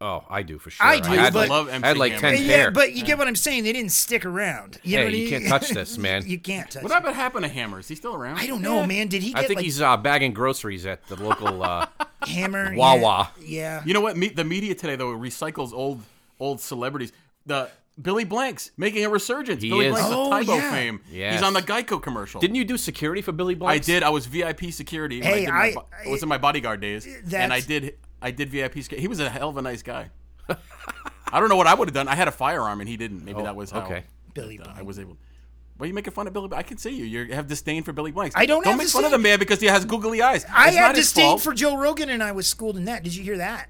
S1: Oh, I do for sure.
S3: I do,
S1: had
S3: but-
S1: like,
S2: Love
S1: I
S2: MC
S1: had like
S2: Hammer.
S1: ten
S3: Yeah,
S1: pair.
S3: but you get what I'm saying. They didn't stick around. You know
S1: hey,
S3: what I
S1: you
S3: mean?
S1: can't touch
S3: [LAUGHS]
S1: this, man.
S3: you can't touch.
S2: What
S3: it.
S2: happened happened to Hammer? Is he still around?
S3: I don't know, man. Did he get
S1: I think
S3: like
S1: he's uh, bagging groceries at the local. Uh, [LAUGHS]
S3: hammer?
S1: Wawa.
S3: Yeah. yeah.
S2: You know what? Me, the media today though recycles old old celebrities. The Billy Blanks making a resurgence.
S1: He
S2: Billy
S1: is.
S2: Blanks,
S3: Oh,
S2: the Tybo
S3: yeah.
S2: fame.
S1: Yes.
S2: He's on the Geico commercial.
S1: didn't you do security for Billy
S2: I
S1: Blanks?
S2: did. I was VIP security. when
S3: Hey,
S2: I, did my,
S3: I-
S2: bo- it was in my bodyguard days, and I
S3: that's-
S2: did. I did VIP security. He was a hell of a nice guy. [LAUGHS] I don't know what I would have done. I had a firearm and he didn't.
S3: Oh,
S2: Maybe that was how
S1: okay.
S3: Billy
S2: that I
S3: Blanks.
S2: was able. Why are you making fun of Billy? Blanks? I can see you. You have disdain for Billy Blanks.
S3: I don't
S2: Don't
S3: have
S2: make
S3: disdain.
S2: fun of the man because he has googly eyes.
S3: I
S2: It's
S3: had
S2: not his
S3: disdain
S2: fault.
S3: for Joe Rogan, and I was schooled in that. Did you hear that?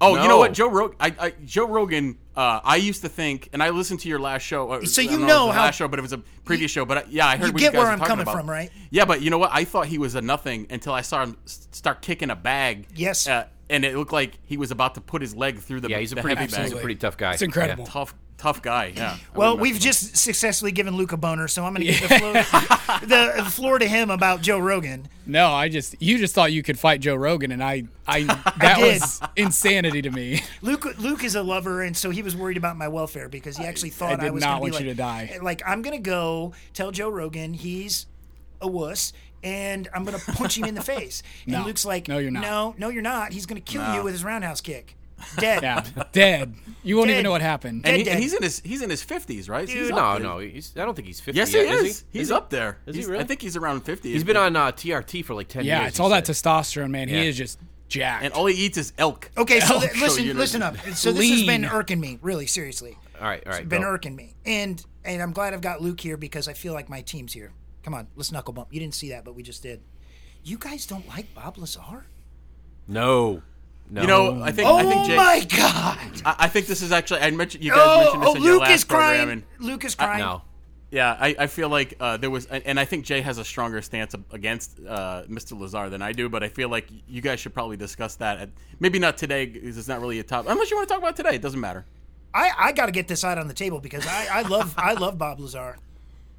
S2: Oh, you know what,
S1: No.
S2: Joe Rogan? I, I, Joe Rogan. Uh, I used to think, and I listened to your last show. Or,
S3: So
S2: I
S3: you
S2: don't
S3: know
S2: if it was the
S3: how-
S2: last show, but it was a previous show. But I, yeah, I heard
S3: you
S2: what
S3: get
S2: guys
S3: where
S2: were
S3: I'm
S2: talking
S3: coming
S2: about.
S3: from, right?
S2: Yeah, but you know what? I thought he was a nothing until I saw him s- start kicking a bag.
S3: Yes.
S2: uh, and it looked like he was about to put his leg through the
S1: Yeah, he's a
S2: the
S1: pretty
S2: heavy
S1: he's a
S2: bag.
S1: pretty tough guy.
S4: It's
S2: [LAUGHS]
S4: incredible.
S2: Tough, tough guy. Yeah. I
S3: Well,
S2: wouldn't
S3: we've
S2: mess
S3: just successfully given Luke a boner, so I'm
S1: [LAUGHS]
S3: going to give the floor, the floor to him about Joe Rogan.
S4: No, I just you just thought you could fight Joe Rogan, and I I that
S3: did.
S4: was insanity to me.
S3: Luke Luke is a lover, and so he was worried about my welfare because he actually thought I,
S4: did
S3: was gonna
S4: not want
S3: be
S4: you
S3: like,
S4: to die.
S3: Like I'm gonna go tell Joe Rogan he's a wuss, and I'm gonna punch him in the
S4: [LAUGHS]
S3: face. And
S4: No.
S3: Luke's like,
S4: No, you're not.
S3: No, no, you're not. He's gonna kill you with his roundhouse kick. Dead.
S4: Yeah, [LAUGHS] dead. You won't
S3: Dead.
S4: even know what happened.
S2: And,
S3: dead,
S2: he, and
S3: dead.
S2: he's in his he's in his fifties, right? He's
S3: Dude.
S2: up
S1: No,
S2: there.
S1: no, he's, I don't think he's fifty.
S2: Yes, he
S1: yet,
S2: is.
S1: he?
S2: He's up there.
S1: Is he
S2: He's-
S1: really?
S2: I think he's around fifty.
S1: He's been on uh, TRT for like ten years.
S4: yeah, it's
S1: he
S4: all that
S1: said.
S4: testosterone, man.
S1: Yeah.
S4: He is just jacked.
S2: and all he eats is elk.
S3: [LAUGHS] Okay, so
S2: Elk,
S3: th- listen,
S2: you know-
S3: listen up. So this has been
S4: Lean.
S3: irking me, really seriously.
S1: All right, all right.
S3: been
S1: go.
S3: irking me, and and I'm glad I've got Luke here because I feel like my team's here. Come on, let's knuckle bump. You didn't see that, but we just did. You guys don't like Bob Lazar?
S1: No, no.
S2: You know, I think I think
S3: Oh
S2: Jake,
S3: my God!
S2: I, I think this is actually I mentioned you guys
S3: Oh,
S2: mentioned this
S3: oh
S2: in your
S3: Luke
S2: last
S3: is
S2: program,
S3: crying.
S2: and
S3: Luke is crying.
S1: no.
S2: yeah, I, I feel like uh, there was, and and I think Jay has a stronger stance against uh, Mr. Lazar than I do, but I feel like you guys should probably discuss that. At, maybe not today, because it's not really a top. Unless you want to talk about today, it doesn't matter.
S3: I, I got to get this out on the table because I, I love I love Bob Lazar.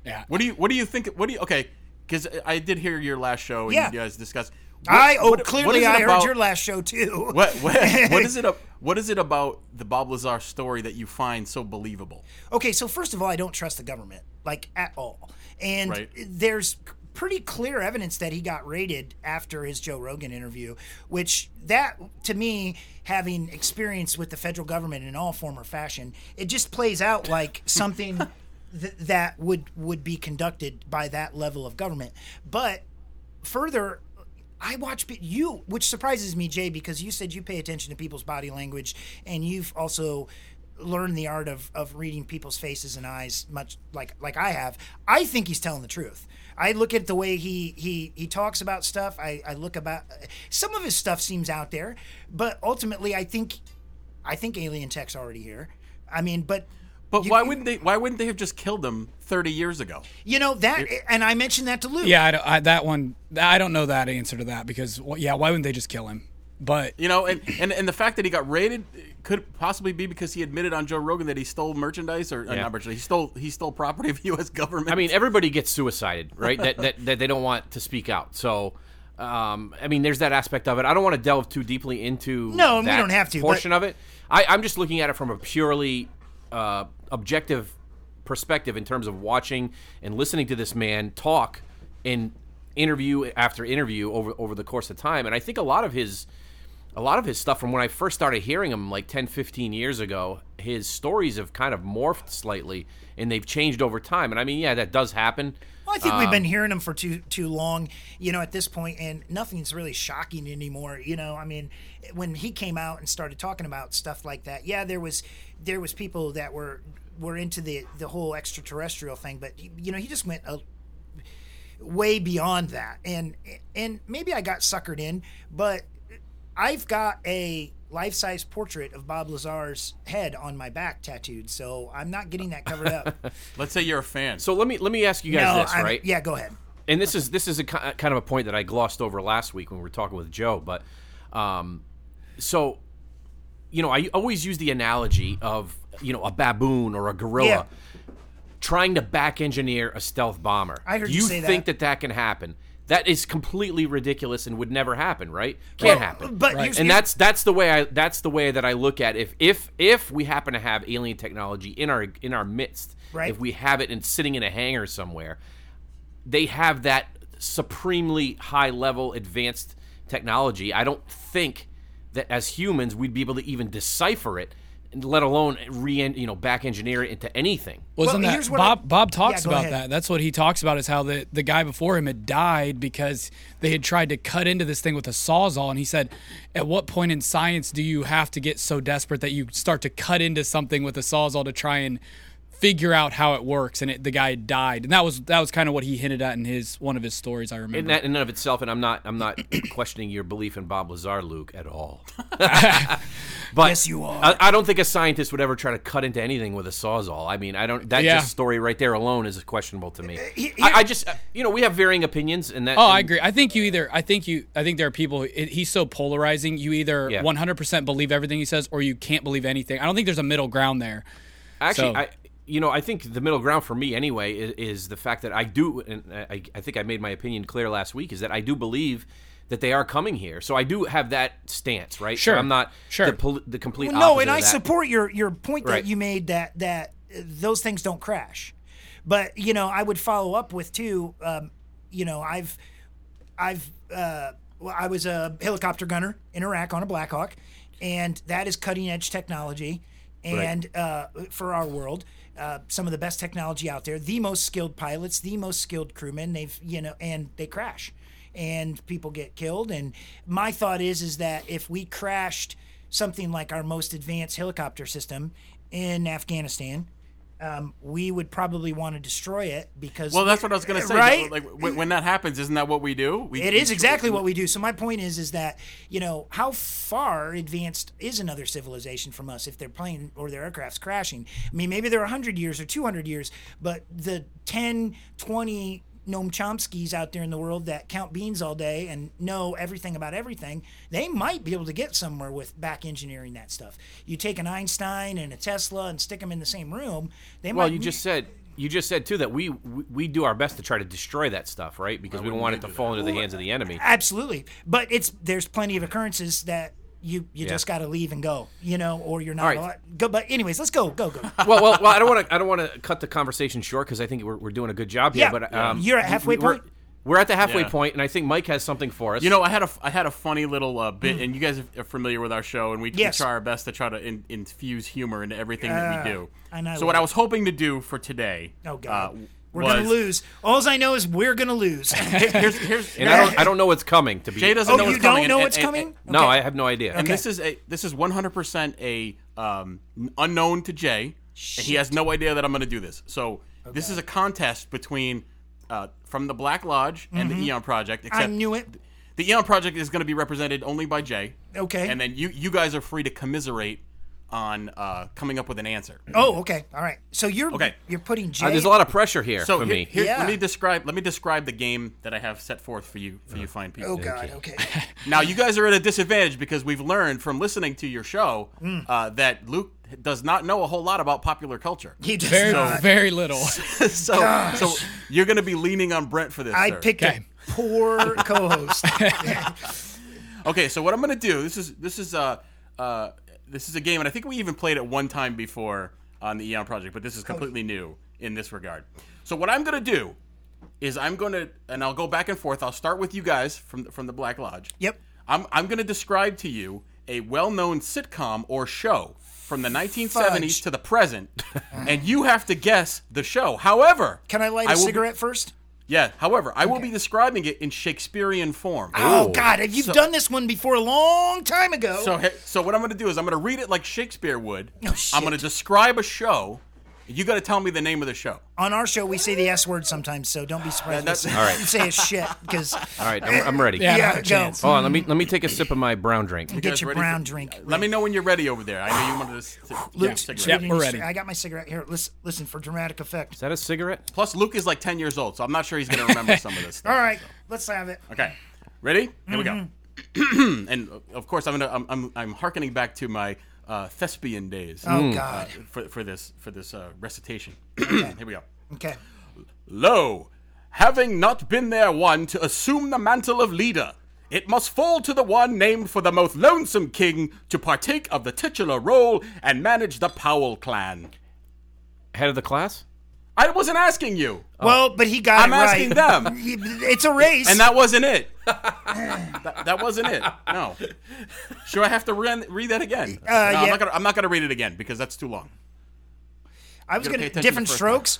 S4: yeah.
S2: What do you What do you think? What do you okay? Because I did hear your last show, and
S3: Yeah.
S2: you guys discussed.
S3: I oh
S2: what- what
S3: clearly
S2: is it
S3: I
S2: about-
S3: heard your last show too.
S2: [LAUGHS] What
S3: [LAUGHS]
S2: what, what is it? ab- What is it about the Bob Lazar story that you find so believable?
S3: Okay, so first of all, I don't trust the government like at all, and
S2: Right.
S3: there's pretty clear evidence that he got raided after his Joe Rogan interview, which that to me, having experience with the federal government in all form or fashion, it just plays out like something th- that would would be conducted by that level of government, but further I watch pe- you, which surprises me, Jay, because you said you pay attention to people's body language, and you've also learned the art of, of reading people's faces and eyes, much like like I have. I think he's telling the truth. I look at the way he he he talks about stuff. I I look about some of his stuff seems out there, but ultimately, I think I think alien tech's already here. I mean, but
S2: But why wouldn't they? Why wouldn't they have just killed him thirty years ago?
S3: you know that, and I mentioned that to Luke.
S4: Yeah, I, don't- I- that one. I don't know that answer to that because, well, yeah, why wouldn't they just kill him? But
S2: You know, and, and and the fact that he got raided could possibly be because he admitted on Joe Rogan that he stole merchandise or, or
S1: Yeah.
S2: not merchandise. He stole he stole property of U.S. government.
S1: I mean, everybody gets suicided, right? that, that that they don't want to speak out. So, um, I mean, there's that aspect of it. I don't want to delve too deeply into
S3: No, and we
S1: that
S3: don't have to, but-
S1: portion of it. I, I'm just looking at it from a purely uh, objective perspective in terms of watching and listening to this man talk in interview after interview over over the course of time and i think a lot of his a lot of his stuff from when i first started hearing him like 10 15 years ago his stories have kind of morphed slightly and they've changed over time and i mean yeah that does happen
S3: Well, I think
S1: Um,
S3: we've been hearing them for too too long, you know, at this point, and nothing's really shocking anymore. You know, I mean, when he came out and started talking about stuff like that, yeah, there was there was people that were were into the the whole extraterrestrial thing, but you know, he just went a, way beyond that, and and maybe I got suckered in, but I've got a life size portrait of Bob Lazar's head on my back tattooed, so I'm not getting that
S1: [LAUGHS]
S3: covered up.
S2: Let's say you're a fan.
S1: so let me let me ask you guys this
S3: I'm-
S1: right
S3: Yeah, go ahead.
S1: and this is this is a ki- kind of a point that I glossed over last week when we were talking with Joe, but um, so you know, I always use the analogy of you know a baboon or a gorilla
S3: Yeah.
S1: trying to back engineer a stealth bomber.
S3: I heard
S1: Do
S3: you
S1: you
S3: say that.
S1: think that. that can happen? That is completely ridiculous and would never happen, right? Can't
S3: Well,
S1: happen.
S3: But here's,
S1: and
S3: here's-
S1: that's that's the way I that's the way that I look at if if if we happen to have alien technology in our in our midst,
S3: Right.
S1: if we have it and it's sitting in a hangar somewhere, they have that supremely high level advanced technology. I don't think that as humans we'd be able to even decipher it, let alone re you know back engineer it into anything.
S4: Wasn't
S3: Well, here's
S4: that
S3: what I-
S4: Bob? Bob talks
S3: Yeah, go
S4: about
S3: ahead.
S4: that. That's what he talks about is how the the guy before him had died because they had tried to cut into this thing with a sawzall, and he said, "At what point in science do you have to get so desperate that you start to cut into something with a sawzall to try and figure out how it works?" And it, the guy died, and that was that was kind of what he hinted at in his one of his stories. I remember.
S1: And that in and of itself, and I'm not I'm not [COUGHS] questioning your belief in Bob Lazar, Luke, at all. [LAUGHS] but
S3: Yes, you are.
S1: I, I don't think a scientist would ever try to cut into anything with a sawzall. I mean, I don't. That
S4: Yeah.
S1: just story right there alone is questionable to me.
S3: Uh, he-
S1: I, I just, uh, you know, we have varying opinions, and that.
S4: Oh, I
S1: and-
S4: agree. I think you either. I think you. I think there are people. who- It, he's so polarizing. You either
S1: Yeah.
S4: 100% believe everything he says, or you can't believe anything. I don't think there's a middle ground there.
S1: Actually,
S4: So-
S1: I you know I think the middle ground for me anyway is, is the fact that I do, and I, I think I made my opinion clear last week is that I do believe that they are coming here. So I do have that stance, right? So
S4: Sure.
S1: I'm not
S4: Sure.
S1: the, pol- the complete.
S3: Well, no,
S1: opposite
S3: and
S1: of
S3: I
S1: that.
S3: support your your point
S1: Right.
S3: that you made that that uh, those things don't crash. But you know, I would follow up with too. Um, you know, I've I've uh, well, I was a helicopter gunner in Iraq on a Black Hawk, and that is cutting edge technology, and uh, for our world. Uh, some of the best technology out there, the most skilled pilots, the most skilled crewmen. They've you know, and they crash, and people get killed. And my thought is is that if we crashed something like our most advanced helicopter system in Afghanistan, um, we would probably want to destroy it because
S2: well, that's what I was gonna say.
S3: Right?
S2: Like when, when that happens, isn't that what we do? We,
S3: It is exactly what we do. So my point is, is that you know how far advanced is another civilization from us if their plane or their aircraft's crashing? I mean, maybe they're hundred years or two hundred years, but the 10, 20 Noam Chomskys out there in the world that count beans all day and know everything about everything, they might be able to get somewhere with back engineering that stuff. You take an Einstein and a Tesla and stick them in the same room, they might.
S1: Well, you just said you just said too that we we, we do our best to try to destroy that stuff, right? Because we don't want it to fall into the hands of the
S3: [LAUGHS]
S1: enemy.
S3: Absolutely, but it's there's plenty of occurrences that you you just got to leave and go, you know, or you're not.
S1: right.
S3: allowed- Go, but anyways, let's
S2: [LAUGHS]
S3: go, go, go.
S1: well, well, well, I don't want to. I don't want to cut the conversation short because I think we're, we're doing a good job here.
S3: Yeah.
S1: but
S3: Yeah.
S1: um,
S3: You're at halfway
S1: we're-
S3: point?
S1: We're at the halfway
S2: Yeah.
S1: point, and I think Mike has something for us.
S2: You know, I had a I had a funny little uh, bit, and you guys are familiar with our show, and we, we
S3: Yes.
S2: try our best to try to in, infuse humor into everything that we do.
S3: and I
S2: so what I
S3: love-
S2: was hoping to do for today,
S3: Oh God,
S2: uh,
S3: we're
S2: was,
S3: gonna lose. Alls I know is we're
S2: [LAUGHS]
S3: gonna lose.
S2: Here's, here's,
S1: and I don't. I don't know what's coming. To be
S2: Jay doesn't
S3: oh,
S2: know
S3: you
S2: what's
S3: don't
S2: coming, and-
S3: know
S2: and-
S3: what's
S2: and-
S3: coming?
S2: and-
S1: No,
S3: Okay.
S1: I have no idea.
S2: And this is a this is 100% a um, n- unknown to Jay, and he has no idea that I'm going to do this. So this is a contest between uh, from the Black Lodge and the Eon Project. Except
S3: Mm-hmm. I knew it.
S2: The Eon Project is going to be represented only by Jay.
S3: Okay.
S2: And then you you guys are free to commiserate on uh, coming up with an answer.
S3: Oh, okay, all right. So you're
S2: Okay.
S3: you're putting Jay.
S1: Uh, there's a lot of pressure here
S2: So
S1: for
S2: here-
S1: me.
S2: here-
S3: Yeah.
S2: let me describe let me describe the game that I have set forth for you for you fine people.
S3: oh God, okay.
S2: [LAUGHS] Now you guys are at a disadvantage because we've learned from listening to your show uh, that Luke does not know a whole lot about popular culture.
S3: He does
S4: Very,
S3: not.
S4: very little.
S2: so, so you're going to be leaning on Brent for this.
S3: I
S2: sir.
S3: picked
S4: Okay.
S2: [LAUGHS]
S3: a poor co-host.
S2: Okay, so what I'm going to do this is this is uh, uh, this is a game, and I think we even played it one time before. on the Eon Project, but this is completely new in this regard. So what I'm gonna do is I'm gonna and I'll go back and forth. I'll start with you guys from from the Black Lodge.
S3: Yep.
S2: I'm I'm gonna describe to you a well-known sitcom or show from the 1970s
S3: Fudge.
S2: to the present,
S3: [LAUGHS]
S2: and you have to guess the show. However,
S3: Can I light a
S2: I will be-
S3: cigarette first?
S2: yeah. However, I will be describing it in Shakespearean form.
S3: Oh God, have you done this one before a long time ago?
S2: So, he- so what I'm going to do is I'm going to read it like Shakespeare would.
S3: Oh,
S2: I'm going to
S3: shit.
S2: describe a show. You got to tell me the name of the show.
S3: On our show, we say the S word sometimes, so don't be surprised.
S2: that's-
S3: if we
S2: All
S1: right.
S3: say a shit
S2: [LAUGHS]
S3: because
S1: All right, I'm, I'm ready.
S4: Yeah,
S3: yeah,
S4: no
S3: go
S4: chance.
S1: Hold on, let me let me take a sip of my brown drink.
S2: guys
S3: get your
S2: ready
S3: brown
S2: for-
S3: drink.
S2: Let me know when you're ready over there. I know you wanted to. to yeah,
S3: Luke's
S2: cigarette.
S4: Yep,
S3: reading
S4: we're
S3: his-
S4: ready.
S3: I got my cigarette here. Listen, listen for dramatic effect.
S1: Is that a cigarette?
S2: Plus, Luke is like 10 years old, so I'm not sure he's going to remember some of
S3: [LAUGHS]
S2: this. Stuff,
S3: All right,
S2: so.
S3: let's have it.
S2: Okay. Ready? Here we go.
S3: Mm-hmm.
S2: [CLEARS THROAT] and uh, of course, I'm gonna I'm I'm, I'm harkening back to my uh, thespian days.
S3: Oh
S2: Uh,
S3: God.
S2: for, for this for this uh, recitation. [CLEARS THROAT] Here we go.
S3: Okay.
S2: Lo, having not been there one to assume the mantle of leader, it must fall to the one named for the most lonesome king to partake of the titular role and manage the Powell clan.
S1: Head of the class?
S2: I wasn't asking you,
S3: Well, but he got
S2: Oh. I'm
S3: it right.
S2: asking
S3: [LAUGHS]
S2: them.
S3: It's a race.
S2: and that wasn't it. [LAUGHS] that, that wasn't it. No. Sure, I have to re- read that again. no, I'm,
S3: Uh, yeah.
S2: not gonna, I'm not gonna read it again because that's too long.
S3: I was
S2: gotta pay
S3: gonna
S2: attention
S3: different
S2: the first time.
S3: strokes.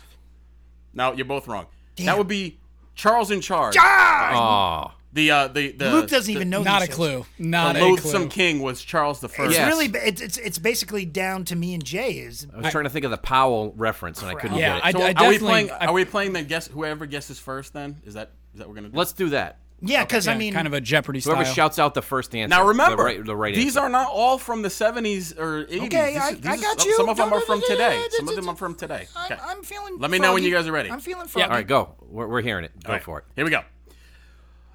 S2: No, you're both wrong. That
S3: Damn.
S2: would be Charles in Charge.
S1: Oh,
S2: The uh, the the
S3: Luke doesn't
S2: the-
S3: even know.
S4: Not a
S3: these shows.
S4: clue. Not
S2: The
S4: a
S2: loathsome
S4: clue.
S2: king was Charles the First.
S3: It's
S1: Yes.
S3: really it's, it's it's basically down to me and Jay. Is
S1: I was trying to think of the Powell reference and I couldn't
S4: Yeah,
S1: get
S4: I,
S1: it.
S2: So
S4: I
S2: are we
S4: definitely.
S2: playing?
S4: I-
S2: are we playing the guess? Whoever guesses first, then is that is that what we're gonna do?
S1: Let's do that.
S3: yeah, because I
S4: yeah,
S3: mean,
S4: kind of a Jeopardy style.
S1: Whoever shouts out the first answer.
S2: now remember
S1: the right, the right
S2: these
S1: answer.
S2: are not all from the seventies or eighties.
S3: Okay, I- I got you.
S2: Some of them
S3: No,
S2: are
S3: no,
S2: from
S3: no, no,
S2: today.
S3: no,
S2: Some of
S3: no,
S2: them
S3: no,
S2: are from today.
S3: I'm,
S2: Okay.
S3: I'm feeling.
S2: Let me know when
S3: froggy.
S2: you guys are ready.
S3: I'm feeling froggy.
S4: Yeah,
S1: All right, go. We're, we're hearing it. Go
S2: All right,
S1: for it.
S2: Here we go.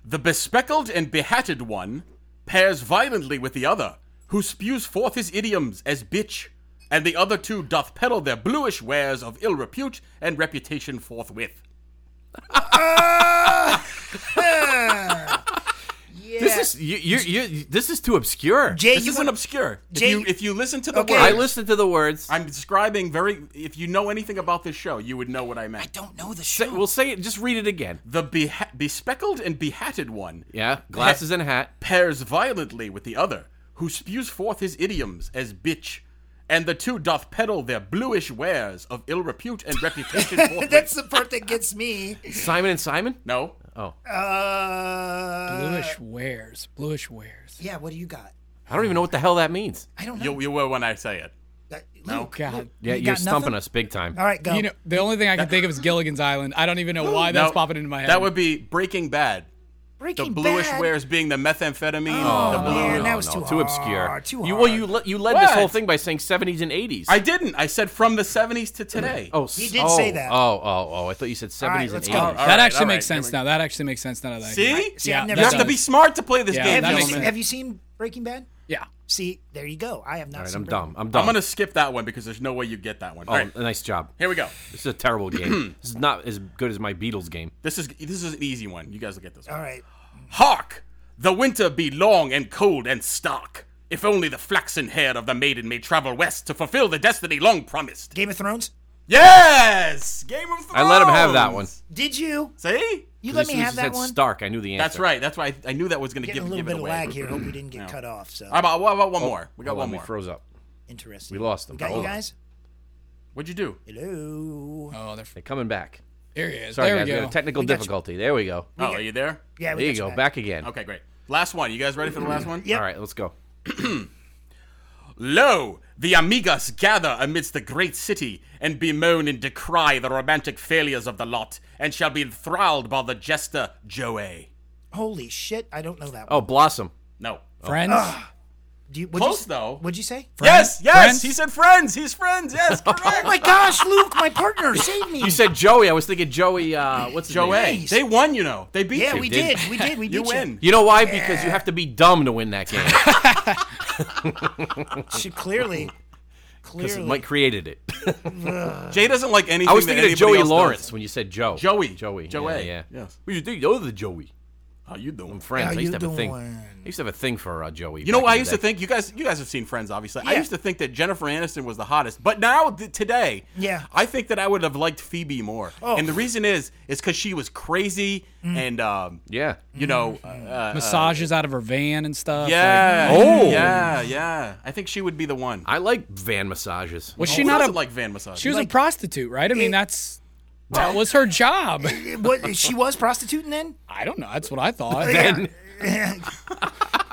S2: The bespeckled and behatted one pairs violently with the other, who spews forth his idioms as bitch, and the other two doth peddle their bluish wares of ill repute and reputation forthwith.
S1: This is you, you, you, this is too obscure.
S3: Jay,
S2: This
S3: you
S2: isn't
S3: want
S2: obscure. If
S3: Jay-
S2: you, if you listen to the
S3: Okay.
S2: words,
S1: I listened to the words.
S2: I'm describing very. If you know anything about this show, you would know what I meant.
S3: don't know the
S1: Say-
S3: show.
S1: We'll say it. Just read it again.
S2: The beha- bespeckled and behatted one
S1: Yeah, glasses and hat.
S2: pairs violently with the other, who spews forth his idioms as bitch, and the two doth peddle their bluish wares of ill repute and reputation forthwith.
S3: That's the part that gets me.
S1: [LAUGHS] Simon and Simon.
S2: no.
S1: Oh,
S3: Uh,
S4: Bluish wares. Bluish wares.
S3: yeah. What do you got?
S1: I don't even know what the hell that means.
S3: I don't know.
S2: You, you will when I say it.
S3: That- Luke,
S4: God.
S1: Yeah,
S3: you
S1: you're
S3: got
S1: stumping
S3: nothing?
S1: us big time.
S3: All right, go.
S4: You know, the only thing I can think of is Gilligan's Island. I don't even know why that's
S2: No,
S4: popping into my head.
S2: That would be Breaking Bad. The
S3: Breaking
S2: bluish
S3: Bad.
S2: wares being the methamphetamine. the blue.
S3: man,
S1: no,
S3: that was
S1: no,
S3: too
S1: obscure.
S3: hard, too
S1: You well, you
S3: hard.
S1: le- you led this whole
S2: What?
S1: thing by saying 70s and 80s.
S2: I didn't. I said from the 70s to today.
S1: oh, s-
S3: He did
S1: oh,
S3: say that.
S1: Oh, oh, oh! I thought you said 70s and
S3: let's
S1: 80s.
S3: go.
S4: that
S2: right,
S4: actually
S2: all
S4: makes
S2: right, here
S4: sense
S2: we go.
S4: now. That actually makes sense now. That I-
S2: See?
S3: See,
S4: Yeah,
S3: I've
S2: You
S3: never
S4: that
S2: have
S3: seen
S2: to
S4: does.
S2: be smart to play this
S4: Yeah,
S2: game.
S3: Have
S4: that
S3: you,
S2: gentlemen.
S4: makes
S3: seen,
S4: sense.
S3: have you seen Breaking Bad?
S4: Yeah.
S3: See, there you go. I have not
S1: All right,
S3: seen
S1: I'm
S3: Breaking
S1: dumb. I'm dumb.
S2: I'm going to skip that one because there's no way you get that one.
S1: Oh,
S2: All right.
S1: nice job.
S2: Here we go.
S1: This is a terrible
S3: [CLEARS THROAT]
S1: game. this is not as good as my Beatles game.
S2: This is this is an easy one. You guys will get this one.
S3: All right.
S2: Hark! The winter be long and cold and stark. If only the flaxen hair of the maiden may travel west to fulfill the destiny long promised.
S3: Game of Thrones?
S2: Yes! Game of Thrones!
S1: I let him have that one.
S3: Did you?
S2: See?
S3: You let me
S1: As soon as
S3: have
S1: he
S3: that
S1: said
S3: one?
S1: Stark. I knew the answer.
S2: That's right. That's why I, I knew that was going to
S3: Getting
S2: give,
S3: a
S2: give
S3: little
S2: it away.
S3: bit of lag here. Hope we didn't get cut off. So
S2: How about, what about one more? We got
S1: Oh, Hold
S2: one
S1: on,
S2: more.
S1: We froze up.
S3: interesting.
S1: Ah, We lost them.
S3: We got you
S1: Hold on.
S3: guys.
S2: What'd you do?
S3: Hello.
S4: Oh, they're,
S1: They're coming back.
S4: there he is.
S1: Sorry,
S4: there
S1: guys.
S4: we
S1: We
S4: go.
S1: had a technical
S3: We got you.
S1: difficulty. There we go.
S2: Oh, are you there?
S3: Yeah, we
S1: There you
S3: got
S1: go.
S3: back.
S1: Back again.
S2: Okay, great. Last one. You guys ready for the last one?
S3: Yep.
S1: All right, let's go.
S2: Lo, the amigas gather amidst the great city and bemoan and decry the romantic failures of the lot, and shall be thralled by the jester Joey.
S3: Holy shit! I don't know that one.
S1: Oh, Blossom.
S2: No.
S4: Friends.
S2: Ah.
S3: Do you, what'd
S2: Close
S3: you, s-
S2: though.
S3: What'd you say?
S2: Yes, yes,
S4: Friends?
S2: he said friends. He's friends. Yes,
S3: Oh my
S2: correct.
S3: gosh, Luke, my partner, save
S1: [LAUGHS]
S3: me!
S1: You
S2: [LAUGHS]
S1: said Joey. I was thinking Joey. Uh, what's his
S2: Joey,
S1: name?
S2: they won. You know, they beat
S3: yeah,
S2: you.
S3: we
S1: did.
S3: did. We did. We beat
S2: you
S3: you.
S2: win.
S1: You know why? Because you have to be dumb to win that
S2: [LAUGHS]
S1: game.
S3: She- clearly,
S1: Because
S3: clearly.
S1: Mike created
S2: [LAUGHS]
S1: it.
S2: Jay doesn't like anything.
S1: I was
S2: that
S1: thinking of
S2: anybody
S1: Joey
S2: else
S1: Lawrence
S2: does.
S1: when you said Joe.
S2: Joey.
S1: Joey.
S2: Joey.
S1: Yeah. yeah.
S2: Yes.
S1: Well, you think you're the Joey.
S2: How you doing?
S1: Friends.
S3: How
S1: I used
S3: you
S1: to have a thing.
S3: doing?
S1: I used to have a thing for uh, Joey.
S2: You know, I used to think you guys. You guys have seen Friends, obviously. I
S3: Yeah.
S2: used to think that Jennifer Aniston was the hottest, but now th- today,
S3: Yeah.
S2: I think that I would have liked Phoebe more. And the reason is, is because she was crazy and, um,
S1: Yeah.
S2: you know, uh, uh,
S4: Massages out of her van and stuff. like-
S2: yeah,
S1: Oh.
S2: yeah, yeah. I think she would be the one.
S1: I like van massages.
S4: was she
S2: Who
S4: not
S2: doesn't
S4: a
S2: like Van massage.
S4: She was
S3: Like-
S4: a prostitute, right? I mean,
S3: It-
S4: that's that was
S2: [LAUGHS]
S4: her job.
S3: [LAUGHS] What she was prostituting then?
S4: I don't know. That's what I thought.
S3: [LAUGHS]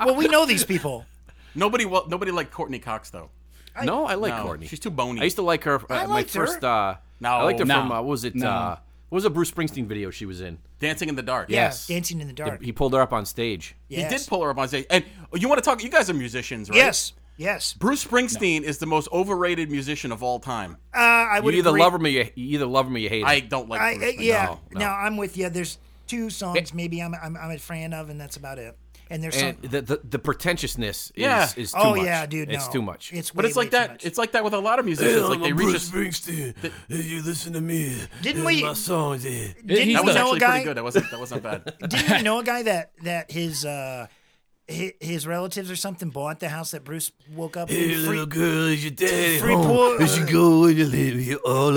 S3: Well, we know these people.
S2: nobody, wa- nobody liked Courtney Cox though.
S1: [LAUGHS] no, I like
S2: No,
S1: Courtney.
S2: she's too bony.
S1: I used to like her. Uh, my
S3: liked her.
S1: first. Uh,
S2: No,
S1: I liked her
S4: no,
S1: from uh, what was it?
S4: no.
S1: Uh, what was a Bruce Springsteen video she was in?
S2: Dancing in the dark.
S3: Yeah,
S1: Yes.
S3: Dancing in the dark.
S1: He pulled her up on stage.
S3: yes.
S2: He did pull her up on stage. And you want to talk? You guys are musicians, right?
S3: Yes. Yes.
S2: Bruce Springsteen is the most overrated musician of all time.
S3: Uh, I
S1: You
S3: would
S1: either
S3: agree.
S1: love him or you, you either love him or you hate him.
S2: I don't like.
S3: I,
S2: Bruce
S3: I-
S2: Springsteen.
S3: yeah.
S1: No, no.
S3: Now I'm with you. There's two songs maybe I'm, I'm I'm a fan of, and that's about it. And there's
S1: and
S3: some.
S1: the, the the pretentiousness is
S2: Yeah.
S1: is too
S3: Oh
S1: much.
S3: yeah, dude.
S1: it's
S3: no.
S1: too much.
S3: It's
S2: But
S3: way,
S2: it's like
S3: way too
S2: that.
S3: much.
S2: It's like that with a
S3: [LAUGHS]
S2: lot of musicians. like they reach. a-
S5: Springsteen. Hey, you listen to me.
S3: Didn't
S5: Here's
S3: we-
S5: My songs. eh.
S3: Didn't
S4: He's
S2: that
S3: we
S2: was
S3: know
S2: actually
S3: a guy?
S2: pretty good. That wasn't. That wasn't bad.
S3: [LAUGHS] Didn't you know a guy that that his uh his, his relatives or something bought the house that Bruce woke up
S5: Hey,
S3: in?
S5: little
S3: Free,
S5: girl, is your daddy
S3: free
S5: home?
S3: pour-
S5: Is you go and you leave you all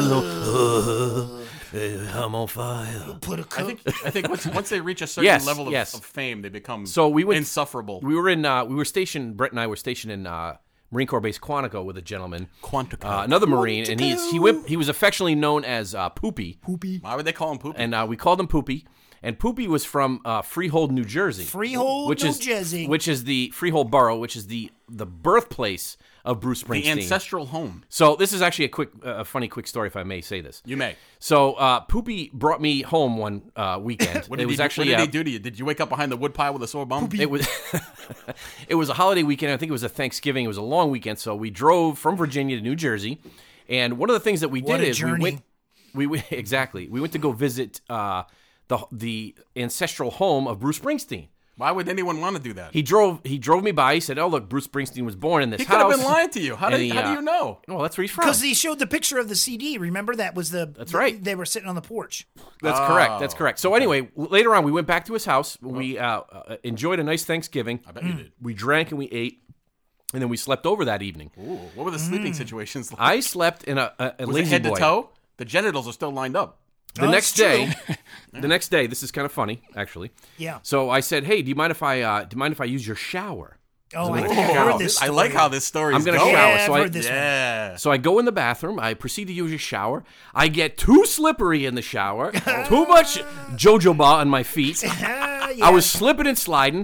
S5: alone? Uh, eh, I'm on fire.
S3: put a
S2: I
S3: coat.
S2: think. I think once, once they reach a certain
S1: Yes,
S2: level of,
S1: yes.
S2: of fame, they become
S1: So we would-
S2: insufferable.
S1: We were in uh, we were stationed. Brett and I were stationed in uh, Marine Corps Base Quantico with a gentleman,
S2: Quantico.
S1: uh, another Marine, and he's he went, he was affectionately known as uh, Poopy,
S2: Why would they call him poop?
S1: and uh, we called him Poopy. And Poopy was from uh, Freehold, New Jersey.
S3: Freehold,
S1: which
S3: New
S1: is,
S3: Jersey.
S1: which is the Freehold Borough, which is the the birthplace of Bruce Springsteen.
S2: the ancestral home.
S1: so this is actually a quick, uh, a funny, quick story, if I may say this.
S2: You may.
S1: So uh, Poopy brought me home one uh, weekend.
S2: [LAUGHS] What
S1: it
S2: did,
S1: was
S2: he, do-
S1: actually
S2: what
S1: uh,
S2: did he do to you? Did you wake up behind the woodpile with a sore bum?
S1: it was [LAUGHS] it was a holiday weekend. I think it was a Thanksgiving. It was a long weekend, so we drove from Virginia to New Jersey. And one of the things that we
S3: What
S1: did
S3: a
S1: is
S3: journey.
S1: we went we went, [LAUGHS] exactly we went to go visit uh, the the ancestral home of Bruce Springsteen.
S2: Why would anyone want to do that?
S1: He drove he drove me by. He said, "Oh look, Bruce Springsteen was born in this
S2: He could
S1: house."
S2: have been lying to you. How,
S1: And
S2: did,
S1: he,
S2: how do
S1: uh,
S2: you know?
S1: [LAUGHS] Well, that's where he's from.
S3: Because he showed the picture of the CD. Remember that was the. That's
S1: right.
S3: They were sitting on the porch.
S1: That's correct.
S2: Oh,
S1: That's correct. So anyway, later on, we went back to his house. We uh, uh, enjoyed a nice Thanksgiving. I bet you did. We drank and we ate, and then we slept over that evening.
S2: Ooh, what were the sleeping situations like?
S1: I slept in a, a, a
S2: Was it
S1: Hmm. lazy
S2: head
S1: boy.
S2: to toe? The genitals are still lined up.
S1: The
S3: Oh,
S1: next
S3: it's true.
S1: day,
S2: [LAUGHS]
S1: the next day, this is kind of funny actually. [LAUGHS]
S3: Yeah.
S1: So I said, "Hey, do you mind if I uh, do you mind if I use your shower?"
S3: Oh, I
S1: Ooh.
S3: think I heard
S2: Wow.
S3: this.
S2: I
S3: Story.
S2: like how this story
S1: I'm
S2: is
S1: gonna
S2: going.
S1: shower.
S3: Yeah,
S1: so
S3: I've
S1: I,
S3: heard this one.
S2: Yeah.
S1: So I go in the bathroom. I proceed to use a shower. I get too slippery in the
S2: [LAUGHS]
S1: shower. too much jojoba on my feet. [LAUGHS]
S3: Ah, yeah.
S1: I was slipping and sliding.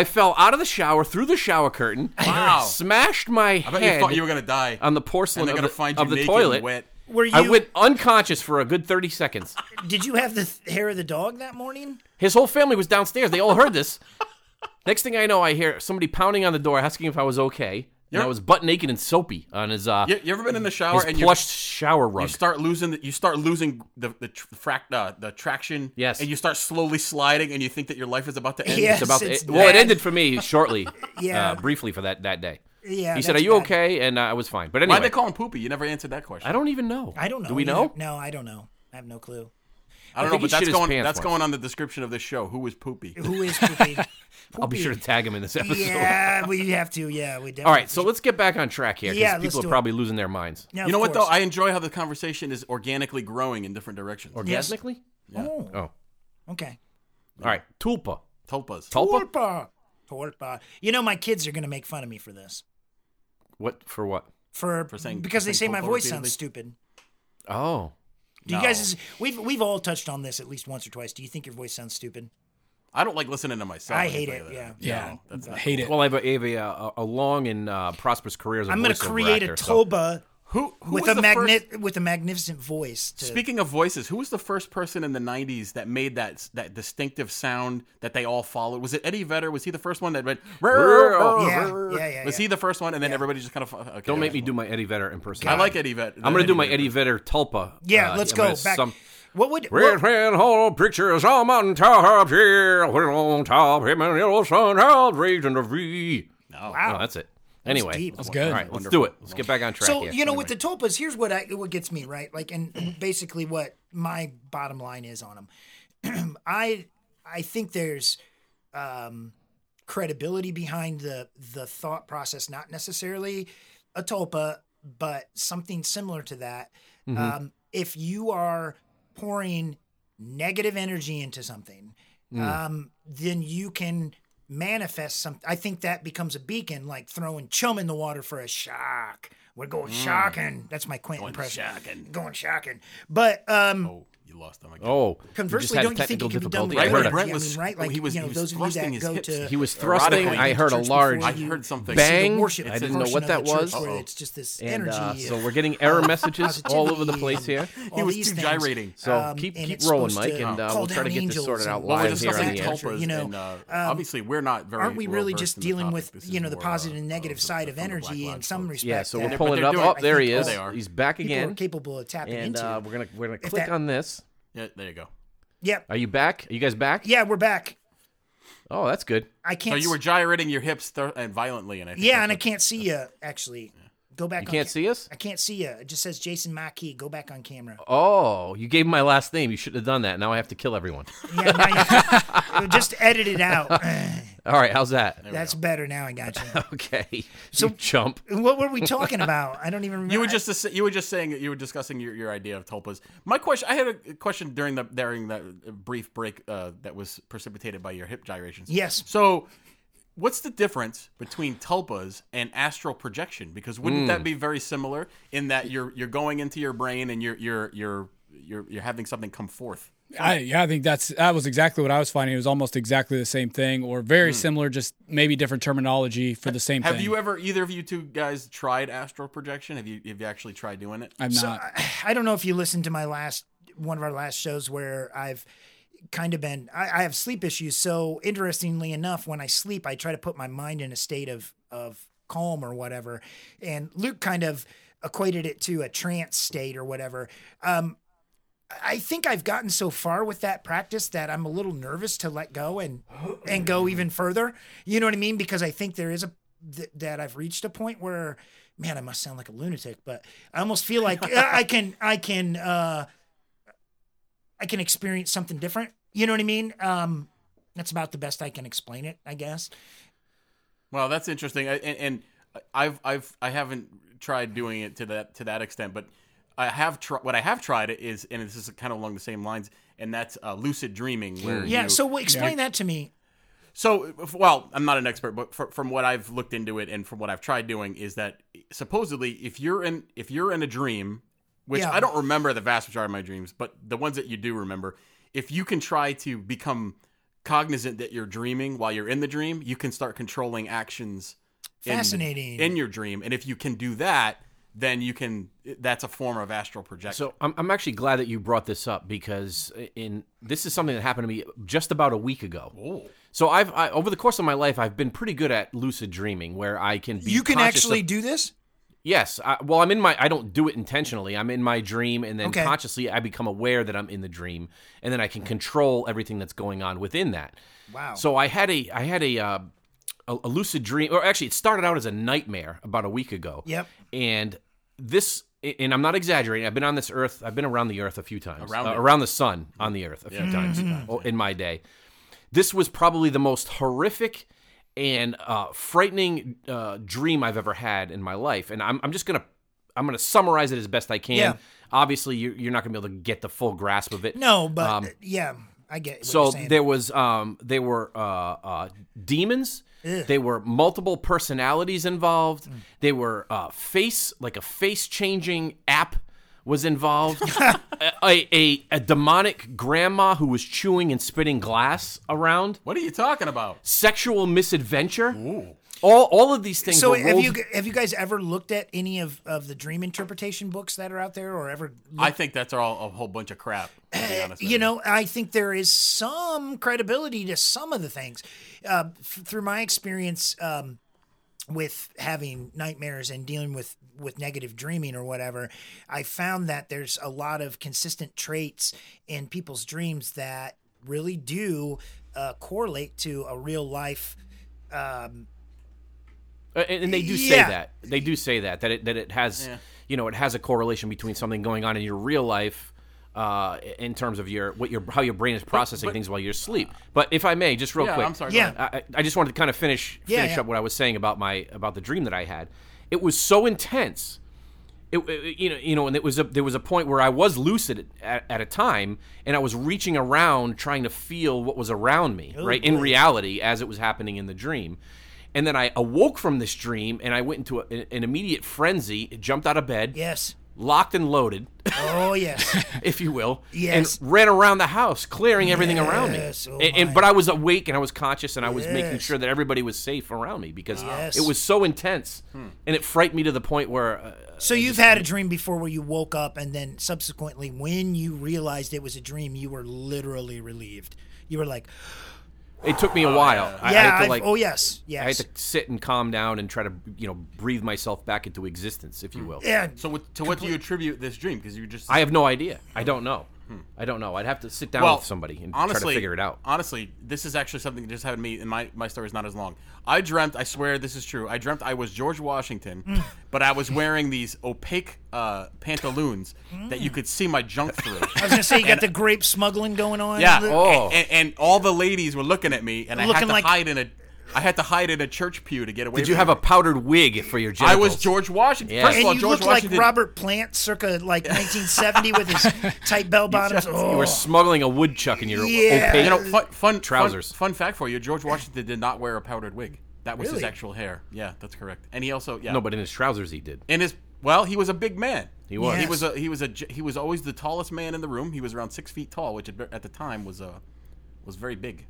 S1: I fell out of the shower through the shower curtain.
S2: [LAUGHS] Wow.
S1: Smashed my
S2: I
S1: head
S2: bet you thought you were gonna die.
S1: on the porcelain
S2: and they're
S1: of
S2: gonna
S1: the,
S2: find you
S1: of the
S2: naked
S1: toilet.
S2: and wet.
S3: Were you?
S1: I went unconscious for a good 30 seconds.
S3: Did you have the th- hair of the dog that morning?
S1: His whole family was downstairs. They all heard this. Next thing I know, I hear somebody pounding on the door asking if I was okay. And I
S2: You're-
S1: was butt naked and soapy on his uh,
S2: You, you ever been in the shower
S1: his
S2: and you,
S1: plush shower rug.
S2: you start losing the, you start losing the the, tr- frac, uh, the traction?
S1: Yes.
S2: And you start slowly sliding and you think that your life is about to end.
S3: Yeah.
S1: It's about
S3: It's
S1: it, well, it
S3: bad.
S1: ended for
S3: [LAUGHS]
S1: me shortly,
S3: Yeah.
S1: uh, briefly for that that day.
S3: Yeah,
S1: he said, "Are
S3: that's
S1: you
S3: bad.
S1: okay?" And uh, I was fine. But
S2: Why
S1: anyway,
S2: they call him poopy? You never answered that question.
S1: I don't even know.
S3: I don't know.
S1: Do we
S3: either.
S1: know?
S3: No, I don't know. I have no clue.
S2: I don't
S1: think
S2: know,
S1: he
S2: but that's
S1: shit his
S2: going
S1: pants
S2: that's
S1: once.
S2: going on the description of this show. Who was poopy?
S3: Who is
S1: [LAUGHS]
S3: Poopy?
S1: I'll be sure to tag him in this episode. [LAUGHS]
S3: Yeah, we have to. Yeah, we definitely.
S1: All right, so let's get back on track here because
S3: Yeah, let's
S1: people
S3: do
S1: are
S3: it.
S1: probably losing their minds.
S3: Now,
S2: You
S3: of
S2: know what though?
S3: course-
S2: I enjoy how the conversation is organically growing in different directions.
S3: Yes.
S1: Orgasmically?
S3: Oh,
S1: Oh, all
S3: okay.
S1: right. Tulpa.
S2: Tulpas.
S1: Tulpa.
S3: Torpa. Torpa. You know, my kids are going to make fun of me for this.
S1: What for? What?
S3: For,
S2: saying-
S3: because
S2: for
S3: they say
S2: saying torpa
S3: my voice
S2: repeatedly?
S3: sounds stupid.
S1: Oh,
S3: Do you
S2: No.
S3: guys we've we've all touched on this at least once or twice. Do you think your voice sounds stupid?
S2: I don't like listening to myself.
S3: I hate
S2: play
S3: it,
S2: that.
S3: yeah.
S4: yeah,
S2: that's not
S4: hate it.
S1: well, I have a, I have a, a, a long and uh, prosperous career as a
S3: I'm going to
S1: voiceover
S3: create
S1: actor,
S3: a
S1: so-
S3: Toba
S2: Who, who
S3: with
S2: was
S3: a
S2: the
S3: magni-
S2: First,
S3: with a magnificent voice. To,
S2: speaking of voices, who was the first person in the '90s that made that that distinctive sound that they all followed? Was it Eddie Vedder? Was he the first one that went?
S1: Yeah,
S3: yeah, yeah, yeah, yeah.
S2: Was he the first one? And then everybody just kind of okay,
S1: Don't make me do my Eddie Vedder impersonation.
S2: I like Eddie Vedder.
S1: I'm gonna do my Eddie Vedder Tulpa.
S3: yeah,
S1: uh,
S3: let's
S1: I'm
S3: go
S1: gonna
S3: back.
S1: sum-
S3: what would
S1: Red
S3: what,
S1: hand hold pictures I'm on top here. We're on top. Him and yellow sun out raging to free.
S3: wow.
S1: Oh, that's it. Anyway,
S3: deep. That's
S4: good.
S1: All right, let's do it. Let's get back on track.
S3: so
S1: here.
S3: you know with the topas here's what i what gets me right like and basically [CLEARS THROAT] what my bottom line is on them i i think there's um, credibility behind the the thought process, not necessarily a tulpa, but something similar to that. Um, if you are pouring negative energy into something,
S1: Hmm.
S3: um, then you can manifest some. I think that becomes a beacon, like throwing chum in the water for a shock. We're going
S1: Hmm.
S3: shocking. That's my Quentin impression.
S2: shocking.
S3: Going shocking. But um,
S2: Oh, you lost him again.
S1: Oh, you just
S3: Conversely,
S1: had a
S3: don't you think
S1: technical
S3: it could be done
S1: difficulty.
S3: with
S1: I
S2: Right,
S1: heard
S2: right,
S1: a- Oh,
S2: Brent
S3: Yeah, I
S2: was.
S3: mean, right, like,
S2: he was,
S3: you know,
S2: he was
S3: those of you
S2: thrusting
S3: that
S2: his
S3: go
S2: hips
S3: to-
S1: He was thrusting.
S2: erotically
S1: I
S2: into
S1: heard a
S3: church
S1: large
S3: before
S2: Oh. I
S3: you-
S2: heard something.
S3: it's the
S1: Bang.
S3: worship-
S1: I
S3: it's the
S1: didn't know
S3: portion
S1: what
S3: of
S1: that
S3: the church
S1: was.
S3: where
S1: Uh-oh.
S3: it's just this
S1: And
S3: energy.
S1: uh, so
S3: of
S1: we're getting
S3: [LAUGHS]
S1: error messages all over the
S3: positivity
S1: place
S3: and
S1: here.
S3: all
S2: He was
S3: these
S2: too
S3: things.
S2: gyrating.
S1: So
S3: Um,
S1: keep,
S3: and
S1: keep
S3: it's
S1: rolling,
S3: supposed
S1: Mike, and uh,
S3: call
S1: we'll try to
S3: down
S1: get this
S3: angels
S1: sorted
S3: and
S1: out
S3: all
S2: Well, we're
S1: live
S3: this
S2: just
S1: here
S3: stuff
S1: on
S2: talking
S1: the
S3: that
S1: air.
S3: helps
S2: tulpas,
S3: you know, um,
S2: and, uh, obviously we're not very.
S3: Aren't we really
S2: well-versed
S3: just
S2: in the
S3: dealing
S2: topic.
S3: with
S2: This is
S3: you know the
S2: more,
S3: positive
S2: uh,
S3: and
S2: of
S3: negative
S2: the-
S3: side
S2: from
S3: of
S2: the Black
S3: energy in
S2: Lives
S3: some
S2: Matter.
S3: respect?
S1: Yeah, so
S3: that
S1: we're
S2: they're
S1: pulling it up.
S2: doing it.
S1: Oh, there he
S3: I
S1: is.
S3: think
S2: they are.
S1: He's back
S3: people are
S1: again.
S3: capable of tapping
S1: And
S3: into.
S1: uh, we're gonna we're gonna
S3: If
S1: click
S3: that-
S1: on this.
S2: Yeah, there you go.
S3: yep.
S1: Are you back? Are you guys back?
S3: Yeah, we're back.
S1: Oh, that's good.
S3: I
S2: So
S3: can't.
S2: you were gyrating your hips thir- and violently, and I think
S3: Yeah,
S2: that's
S3: and I
S2: what-
S3: can't see you actually. Go back.
S1: You
S3: on
S1: can't
S3: ca-
S1: see us.
S3: I can't see you. It just says Jason Mackey. Go back on camera.
S1: Oh, you gave him my last name. You shouldn't have done that. Now I have to kill [LAUGHS] everyone.
S3: Yeah,
S1: [LAUGHS]
S3: now you- [LAUGHS] just edit it out.
S1: All right, how's that?
S3: That's better now. I got you.
S1: [LAUGHS] Okay, so chump.
S3: What were we talking about? I don't even remember.
S2: You were just you were just saying you were discussing your, your idea of tulpas. My question, I had a question during the during that brief break uh, that was precipitated by your hip gyrations.
S3: Yes.
S2: So, what's the difference between tulpas and astral projection? Because wouldn't that be very similar in that you're you're going into your brain and you're you're you're you're, you're having something come forth?
S4: I, yeah, I think that's that was exactly what I was finding. It was almost exactly the same thing, or very similar, just maybe different terminology for the same
S2: Have
S4: thing.
S2: you e-, ever either of you two guys tried astral projection? Have you have you actually tried doing it?
S4: I'm not.
S3: I don't know if you listened to my last one of our last shows where I've kind of been I, I have sleep issues. So interestingly enough, when I sleep, I try to put my mind in a state of of calm or whatever. And Luke kind of equated it to a trance state or whatever. Um, I think I've gotten so far with that practice that I'm a little nervous to let go and and go even further. You know what I mean? Because I think there is a th- that I've reached a point where, man, I must sound like a lunatic, but I almost feel [LAUGHS] like I I can I can uh, I can experience something different. You know what I mean? Um, that's about the best I can explain it, I guess.
S2: Well, that's interesting, I, and, and I've I've I haven't tried doing it to that to that extent, but I have tr- what I have tried is, and this is kind of along the same lines, and that's uh, lucid dreaming. Where
S3: Yeah.
S2: you-
S3: So w- explain that to me.
S2: so if- well, I'm not an expert, but fr- from what I've looked into it and from what I've tried doing is that supposedly if you're in if you're in a dream, which
S3: Yeah.
S2: I don't remember the vast majority of my dreams, but the ones that you do remember, if you can try to become cognizant that you're dreaming while you're in the dream, you can start controlling actions in the-
S3: Fascinating.
S2: in, your dream and if you can do that then you can that's a form of astral projection
S1: So I'm, I'm actually glad that you brought this up because in this is something that happened to me just about a week ago. So I've I, over the course of my life I've been pretty good at lucid dreaming where I can be
S3: You can
S1: conscious
S3: actually
S1: of-
S3: do this.
S1: yes I, well I'm in my I don't do it intentionally I'm in my dream and then
S3: Okay.
S1: consciously I become aware that I'm in the dream and then I can control everything that's going on within that.
S3: Wow.
S1: So I had a I had a uh, a, a lucid dream or actually it started out as a nightmare about a week ago.
S3: Yep.
S1: And this and I'm not exaggerating. I've been on this earth. I've been around the earth a few times.
S2: Around
S1: Uh,
S2: it.
S1: around the sun on the earth a few
S2: [LAUGHS]
S1: times o- in my day. This was probably the most horrific and uh, frightening uh, dream I've ever had in my life, and I'm, I'm just gonna I'm gonna summarize it as best I can.
S3: Yeah.
S1: Obviously, you're, you're not gonna be able to get the full grasp of it.
S3: No, but yeah, I get. What
S1: Um, So
S3: you're saying.
S1: there was um they were uh, uh demons. They were multiple personalities involved.
S3: Mm.
S1: They were uh, face like a face changing app was
S3: [LAUGHS]
S1: involved. a, a a demonic grandma who was chewing and spitting glass around.
S2: what are you talking about
S1: Sexual misadventure. All all of these things.
S3: So
S1: were
S3: have
S1: rolled-
S3: you have you guys ever looked at any of, of the dream interpretation books that are out there, or ever?
S2: i think that's all a whole bunch of crap to be honest with
S3: You know, I think there is some credibility to some of the things. Uh, f- through my experience um, with having nightmares and dealing with with negative dreaming or whatever, I found that there's a lot of consistent traits in people's dreams that really do uh, correlate to a real life. um,
S1: Uh, and, and they do say
S3: Yeah.
S1: that they do say that that it that it has you know it has a correlation between something going on in your real life uh, in terms of your what your how your brain is processing things while you're asleep. But if I may, just real
S2: Yeah,
S1: quick,
S2: I'm sorry. go
S3: Yeah.
S2: ahead.
S1: I, I- I just wanted to kind of finish
S3: Yeah,
S1: finish
S3: yeah.
S1: up what I was saying about my about the dream that I had. It was so intense. It, it- you know you know and it was a, there was a point where I was lucid at, at a time and I was reaching around trying to feel what was around me
S3: Oh,
S1: right in reality as it was happening in the dream. And then I awoke from this dream and I went into a, an immediate frenzy, jumped out of bed,
S3: Yes.
S1: locked and loaded, [LAUGHS]
S3: Oh yes.
S1: if you will,
S3: Yes.
S1: and ran around the house clearing everything around me.
S3: Yes, oh
S1: and, and-
S3: my.
S1: but I was awake and I was conscious and I was making
S3: Yes.
S1: sure that everybody was safe around me because
S3: Yes. Hmm.
S1: it was so intense and it frightened me to the point where uh,
S3: So you've had a dream before where you woke up and then subsequently when you realized it was a dream, you were literally relieved. You were like,
S1: it took
S2: Oh,
S1: me a while. I, I
S3: Yeah,
S1: had to
S3: I've-
S1: like
S3: oh yes, yes.
S1: I had to sit and calm down and try to you know breathe myself back into existence,
S2: Hmm.
S1: if you will.
S3: yeah,
S2: So what, to what do you attribute this dream? Because you just
S1: I have no idea. I don't know. I don't know. I'd have to sit down with somebody and try to figure it out.
S2: Hmm. Honestly, this is actually something that just happened to me, and my, my story is not as long. I dreamt, I swear this is true, I dreamt I was George
S3: Hmm.
S2: Washington, but I was wearing these opaque uh, pantaloons that
S3: Hmm.
S2: you could see my junk
S3: I [LAUGHS]
S2: through.
S3: was
S1: [LAUGHS]
S3: gonna say you got the grape smuggling going on.
S2: yeah,
S3: The-
S1: Oh.
S2: and, and, and all the ladies were looking at me, and I had
S3: Looking
S2: to
S3: like-
S2: hide in a, I had to hide in a church pew to get away.
S1: Did you
S2: from
S1: have
S2: them.
S1: a powdered wig for your
S2: I
S1: genitals?
S2: was George Washington.
S1: Yeah.
S2: First
S3: And
S2: of all,
S3: you
S2: George
S3: looked
S2: Washington.
S3: like Robert Plant circa
S1: [LAUGHS]
S3: like 1970 with his tight bell bottoms.
S1: You
S3: Oh,
S1: were smuggling a woodchuck in your
S3: Yeah.
S1: opaque.
S2: You know,
S1: [LAUGHS]
S2: fun, fun
S1: Trousers.
S2: Fun, fun fact for you: George Washington did not wear a powdered wig. That was his
S3: Really?
S2: actual hair. Yeah, that's correct. And he also, yeah,
S1: no, but in his trousers he did.
S2: in his well, he was a big man. He
S1: was.
S2: He was a. He was a. j- He was always the tallest man in the room. He was around six feet tall, which at at the time was uh, was very big.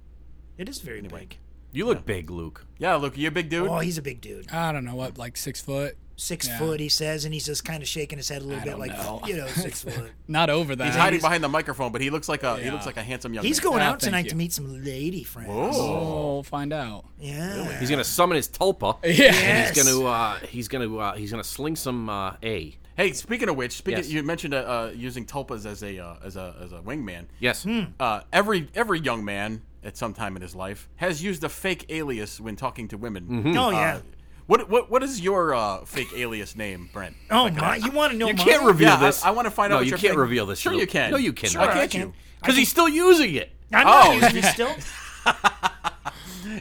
S3: it is very big.
S1: You look big, Luke.
S2: Yeah, Luke, you a big dude.
S3: Oh, he's a big dude,
S4: I don't know what, like six foot.
S3: six foot. He says, and he's just kind of shaking his head a little bit,
S4: don't
S3: like
S4: know.
S3: you
S4: [LAUGHS]
S3: know, six foot.
S4: Not over that.
S2: he's hiding behind the microphone, but he looks like a. He
S4: Yeah.
S2: looks like a handsome young.
S3: He's
S2: man.
S3: going
S4: Ah,
S3: out
S4: thank
S3: tonight
S4: you.
S3: to meet some lady friends.
S4: Oh, we'll find out.
S3: Yeah,
S1: He's gonna summon his tulpa.
S4: [LAUGHS] Yeah.
S1: And he's
S3: Yes.
S1: gonna uh, he's gonna uh, he's gonna sling some uh, a.
S2: Hey, speaking of which, speaking
S1: Yes.
S2: you mentioned uh, uh, using tulpas as a uh, as a as a wingman.
S1: Yes.
S3: Hmm.
S2: uh, every every young man at some time in his life has used a fake alias when talking to women.
S1: Mm-hmm.
S3: Oh
S2: Uh,
S3: yeah.
S2: what what what is your uh, fake alias name, Brent?
S3: oh my! You want to know?
S1: You
S3: mine?
S1: can't reveal
S2: Yeah, I-
S1: this.
S2: I wanna find
S1: No,
S2: out what
S1: you
S2: your
S1: can't
S2: fake-
S1: reveal this.
S2: Sure
S1: Luke.
S2: you can.
S1: No, you can't.
S3: Sure,
S2: Why
S3: I
S2: can't
S3: can.
S2: you?
S1: Because he's still using it.
S3: I'm not
S2: Oh.
S1: [LAUGHS]
S3: using it still.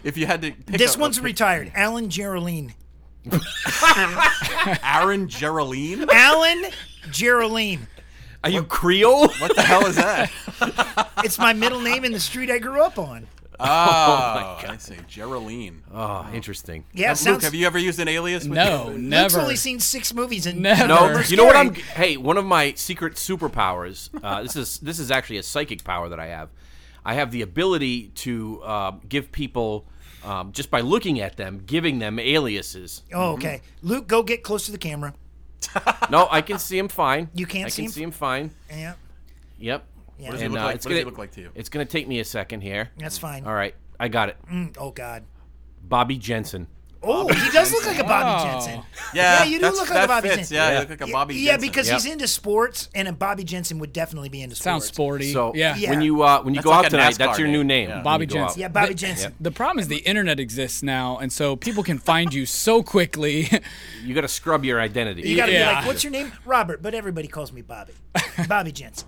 S2: If you had to, pick
S3: This
S2: a-
S3: one's
S1: [LAUGHS]
S2: pick
S3: retired. Alan Geraldine.
S2: Aaron Geraldine.
S3: Alan Geraldine.
S1: Are you Creole? [LAUGHS]
S2: What the hell is
S3: [LAUGHS]
S2: that?
S3: Oh It's my middle name in the street I grew up on.
S2: Oh, I see, Geraldine.
S1: Oh, interesting.
S3: Yeah,
S2: Have-
S3: sounds.
S2: Luke, have you ever used an alias? With Your,
S4: No,
S3: Luke's
S4: never.
S3: only seen six movies and
S4: Never.
S3: none of
S1: No,
S3: them are
S1: you know what
S3: scary. [LAUGHS]
S1: I'm. Hey, one of my secret superpowers. Uh, this is this is actually a psychic power that I have. I have the ability to uh, give people um, just by looking at them, giving them aliases.
S3: Oh, okay. Luke, go get close to the camera.
S1: No, I can see him fine.
S3: You can't
S1: I
S3: see
S1: can
S3: him?
S1: see him fine.
S3: Yeah,
S1: Yep.
S3: What does he
S2: look like?
S1: it's
S2: What does he
S1: gonna-
S2: look like to you?
S1: It's gonna take me a second here.
S3: that's fine.
S1: All right, I got it.
S3: Mm, oh God.
S1: Bobby Jensen.
S3: Oh, he does look like a Bobby
S4: Oh.
S3: Jensen.
S2: yeah,
S3: Yeah, you do
S2: that's-
S3: look like a
S2: that
S3: Bobby
S2: fits.
S3: Jensen.
S2: Yeah,
S1: Yeah.
S2: you look like a Bobby.
S3: yeah,
S2: Jensen.
S3: because
S1: Yep.
S3: he's into sports, and a Bobby Jensen would definitely be into sports.
S4: Sounds sporty.
S1: So
S4: yeah.
S3: Yeah.
S1: when you uh, when you
S2: That's
S1: go
S2: like
S1: out
S2: a
S1: tonight,
S2: NASCAR
S1: that's your new
S2: name.
S1: name.
S2: Yeah.
S1: when
S4: Bobby
S1: you go out.
S4: Jensen.
S3: Yeah, Bobby
S4: The-
S3: Jensen.
S4: The problem is the internet exists now, and so people can find you so quickly. [LAUGHS]
S1: You got to scrub your identity.
S3: You gotta be
S4: Yeah.
S3: like, what's your name? Robert, but everybody calls me
S4: [LAUGHS]
S3: Bobby. Bobby Jensen.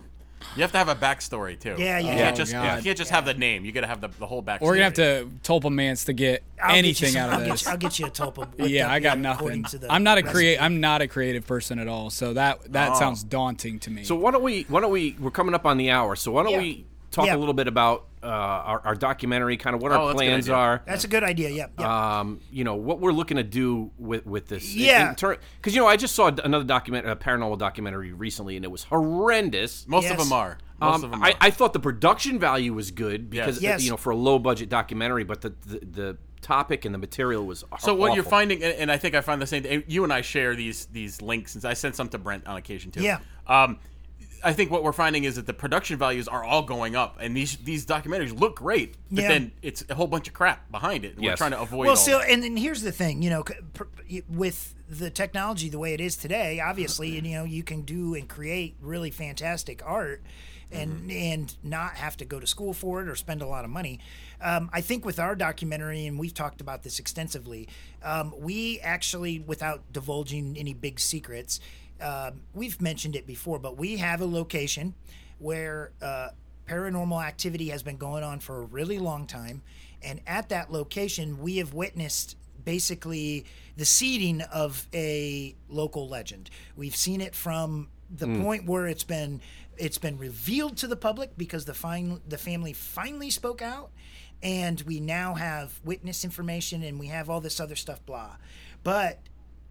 S2: you have to have a backstory too.
S3: Yeah,
S2: You
S3: yeah.
S2: can't
S4: Oh,
S2: just
S4: God.
S2: you can't just have the name. You got to have the, the whole backstory.
S4: We're gonna have to Tulpa Mance to get
S3: I'll get you
S4: anything
S3: some-
S4: out of
S3: I'll
S4: this.
S3: Get you, I'll get you a
S4: [LAUGHS]
S3: tulpa. whipped
S4: yeah,
S3: up
S4: I got
S3: here, according
S4: nothing.
S3: to the
S4: I'm not a
S3: recipe.
S4: create. I'm not a creative person at all. So that that sounds daunting to me.
S1: So why don't we? Why don't we? We're coming up on the hour, so why don't
S3: Yeah.
S1: we talk
S3: Yeah.
S1: a little bit about uh, our, our documentary, kind of what
S2: Oh,
S1: our
S2: that's a good
S1: plans
S2: idea.
S1: are.
S3: That's a good idea. Yeah, yeah.
S4: Uh,
S1: Um, you know what we're looking to do with with this.
S3: Yeah.
S1: because you know I just saw another document, a paranormal documentary recently, and it was horrendous.
S2: Most of
S3: Yes.
S2: them are. Most
S1: Um,
S2: of them are.
S1: I, I thought the production value was good because
S2: Yes.
S3: Yes.
S1: you know for a low budget documentary, but the the, the topic and the material was
S2: So what you're
S1: awful.
S2: finding, and, and I think I find the same. and You and I share these these links, since I sent some to Brent on occasion too.
S3: Yeah.
S2: Um, I think what we're finding is that the production values are all going up, and these these documentaries look great, but
S3: Yeah.
S2: then it's a whole bunch of crap behind it. and We're
S1: Yes.
S2: trying to avoid. all
S3: Well, so
S2: that.
S3: and, and here's the thing, you know, c- pr- y- with the technology the way it is today, obviously, you know, you can do and create really fantastic art, and
S2: Mm-hmm.
S3: and not have to go to school for it or spend a lot of money. Um, I think with our documentary, and we've talked about this extensively, um, we actually, without divulging any big secrets, um, we've mentioned it before, but we have a location where uh, paranormal activity has been going on for a really long time. And at that location, we have witnessed basically the seeding of a local legend. We've seen it from the
S1: Hmm.
S3: point where it's been it's been revealed to the public because the fine the family finally spoke out and we now have witness information and we have all this other stuff blah but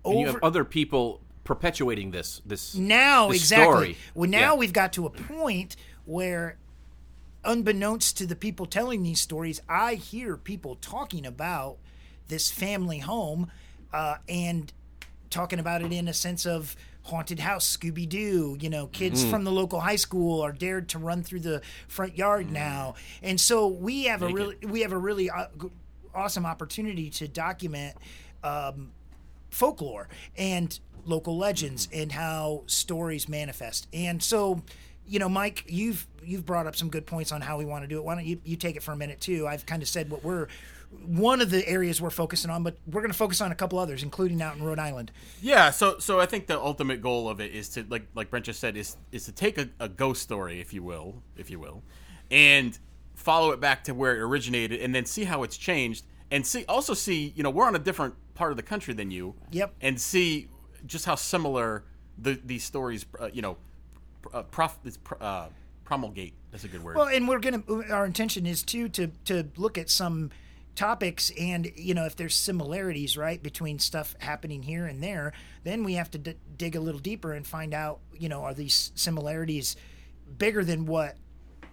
S1: And you have other people perpetuating this this
S3: now
S1: this
S3: exactly
S1: story.
S3: well now
S1: Yeah.
S3: we've got to a point where unbeknownst to the people telling these stories i hear people talking about this family home uh, and talking about it in a sense of haunted house scooby-doo you know
S1: Mm-hmm.
S3: kids from the local high school are dared to run through the front yard
S1: Mm-hmm.
S3: now and so we have a really we have a really uh, g- awesome opportunity to document folklore and local legends and how stories manifest. And so, you know, Mike, you've you've brought up some good points on how we want to do it. Why don't you, you take it for a minute too? I've kind of said what we're one of the areas we're focusing on, but we're going to focus on a couple others, including out in Rhode Island.
S2: Yeah, so so I think the ultimate goal of it is to like like Brent just said is is to take a, a ghost story, if you will, if you will, and follow it back to where it originated, and then see how it's changed, and see also see you know we're on a different part of the country than you.
S3: Yep.
S2: And see just how similar the these stories, uh, you know, pr- uh, prof, it's pr- uh, promulgate. That's a good word.
S3: Well, and we're gonna. uh, Our intention is too to to look at some topics and you know if there's similarities right between stuff happening here and there, then we have to d- dig a little deeper and find out you know are these similarities bigger than what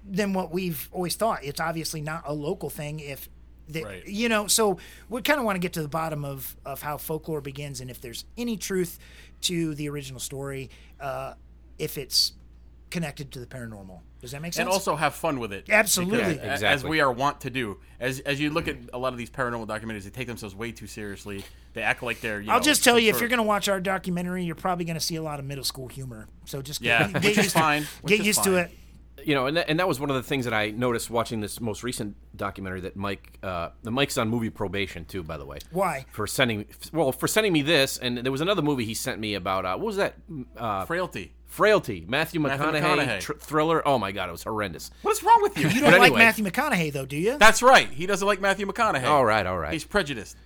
S3: than what we've always thought. It's obviously not a local thing if. The,
S2: Right.
S3: You know, so we kind of want to get to the bottom of, of how folklore begins and if there's any truth to the original story, uh, if it's connected to the paranormal. Does that make sense?
S2: and also have fun with it.
S3: Absolutely.
S2: Because,
S3: Yeah,
S2: a- As
S1: exactly.
S2: we are wont to do. As as you look at a lot of these paranormal documentaries, they take themselves way too seriously. They act like they're. You
S3: I'll
S2: know,
S3: just tell
S2: some
S3: you, if
S2: sort
S3: you're
S2: of-
S3: going to watch our documentary, you're probably going to see a lot of middle school humor. So just
S2: Yeah,
S3: get,
S2: which
S3: get
S2: is
S3: used
S2: fine,
S3: to
S2: which
S3: get
S2: is
S3: used to
S2: fine.
S3: it.
S1: you know, and that, and that was one of the things that I noticed watching this most recent documentary that Mike, uh, the Mike's on movie probation too, by the way.
S3: Why?
S1: For sending, well, for sending me this, and there was another movie he sent me about. Uh, what was that? Uh,
S2: frailty.
S1: Frailty. Matthew McConaughey,
S2: Matthew McConaughey.
S1: Tr- thriller. Oh my god, it was horrendous.
S2: What's wrong with you?
S3: You don't like
S1: anyway.
S3: Matthew McConaughey though, do you?
S2: That's right. He doesn't like Matthew McConaughey.
S1: All right, all right.
S2: He's prejudiced.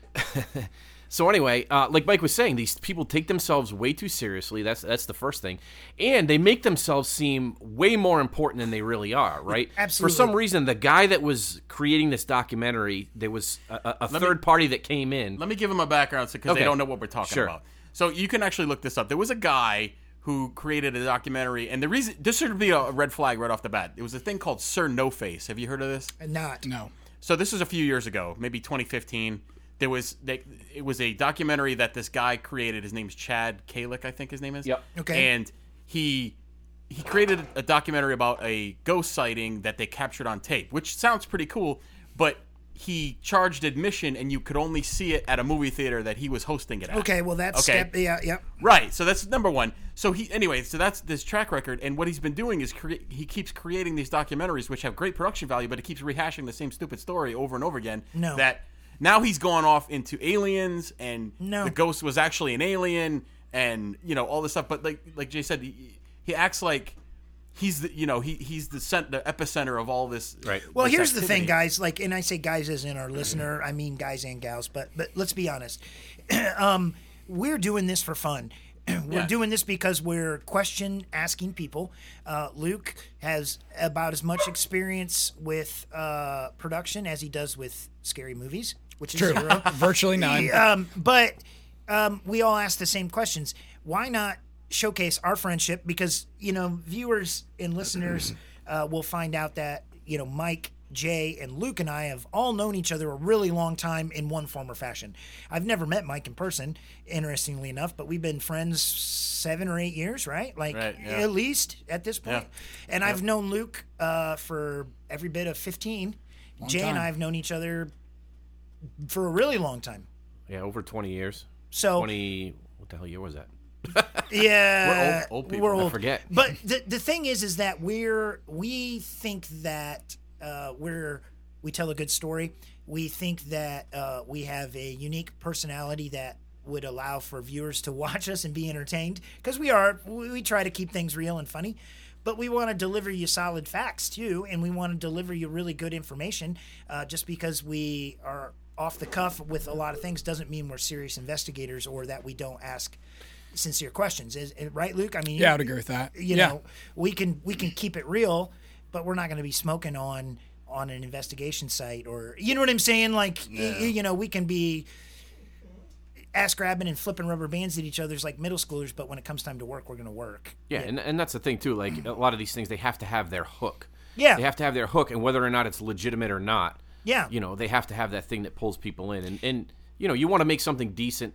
S1: So anyway, uh, like Mike was saying, these people take themselves way too seriously. That's that's the first thing, and they make themselves seem way more important than they really are. Right?
S3: Absolutely.
S1: For some reason, the guy that was creating this documentary, there was a, a- a third party that came in.
S2: Let me give him a background because
S1: Okay.
S2: they don't know what we're talking
S1: Sure.
S2: about. So you can actually look this up. There was a guy who created a documentary, and the reason this should be a red flag right off the bat. It was a thing called Sir No Face. Have you heard of this?
S3: Not.
S4: No.
S2: so this is a few years ago, maybe 2015. There was they, it was a documentary that this guy created. His name's Chad Kalick, I think his name is.
S1: Yep.
S3: Okay.
S2: And he he created a documentary about a ghost sighting that they captured on tape, which sounds pretty cool, but he charged admission and you could only see it at a movie theater that he was hosting it at.
S3: Okay, well that's
S2: Okay.
S3: step. Yeah, yeah.
S2: Right. So that's number one. So he anyway. So that's this track record, and what he's been doing is cre- he keeps creating these documentaries which have great production value, but he keeps rehashing the same stupid story over and over again.
S3: No.
S2: That now he's gone off into aliens, and
S3: No.
S2: the ghost was actually an alien, and you know all this stuff. But like like Jay said, he, he acts like. He's the you know he he's the cent- the epicenter of all this.
S1: Right.
S3: Well,
S2: this
S3: here's the thing,
S2: activity.
S3: guys. Like, and I say guys as in our listener. I mean guys and gals, but but let's be honest. [CLEARS THROAT] um, we're doing this for fun. [CLEARS THROAT] we're
S2: Yeah.
S3: doing this because we're question asking people. Uh, Luke has about as much experience with uh, production as he does with scary movies, which is
S4: True.
S3: zero.
S4: Virtually none.
S3: um, but um, we all ask the same questions. Why not showcase our friendship? Because you know, viewers and listeners uh, will find out that you know Mike. Jay and Luke and I have all known each other a really long time in one form or fashion. I've never met Mike in person, interestingly enough, but we've been friends seven or eight years, right? Like
S2: Right, yeah.
S3: at least at this point. And I've known Luke uh, for every bit of fifteen. Jay and
S4: time.
S3: I have known each other for a really long time.
S1: yeah, over twenty years.
S3: So
S1: Twenty. What the hell year was that?
S3: yeah,
S2: We're old- old people.
S3: we're
S2: I
S1: I forget.
S3: But the the thing is, is that we're we think that uh, we're we tell a good story. We think that uh, we have a unique personality that would [LAUGHS] allow for viewers to watch us and be entertained because we are we, we try to keep things real and funny. but we want to deliver you solid facts too, and we want to deliver you really good information. Uh, just because we are off the cuff with a lot of things doesn't mean we're serious investigators or that we don't ask sincere questions. Is right, Luke? I mean,
S4: Yeah, I would agree with that.
S3: you
S4: yeah.
S3: know we can we can keep it real but we're not going to be smoking on on an investigation site or you know what i'm saying like y- y- you know we can be ass grabbing and flipping rubber bands at each other's like middle schoolers but when it comes time to work we're going to work
S1: Yeah, And, and that's the thing too. Like a lot of these things, they have to have their hook.
S3: Yeah.
S1: they have to have their hook, and whether or not it's legitimate or not.
S3: Yeah.
S1: you know, they have to have that thing that pulls people in, and and you know, you want to make something decent.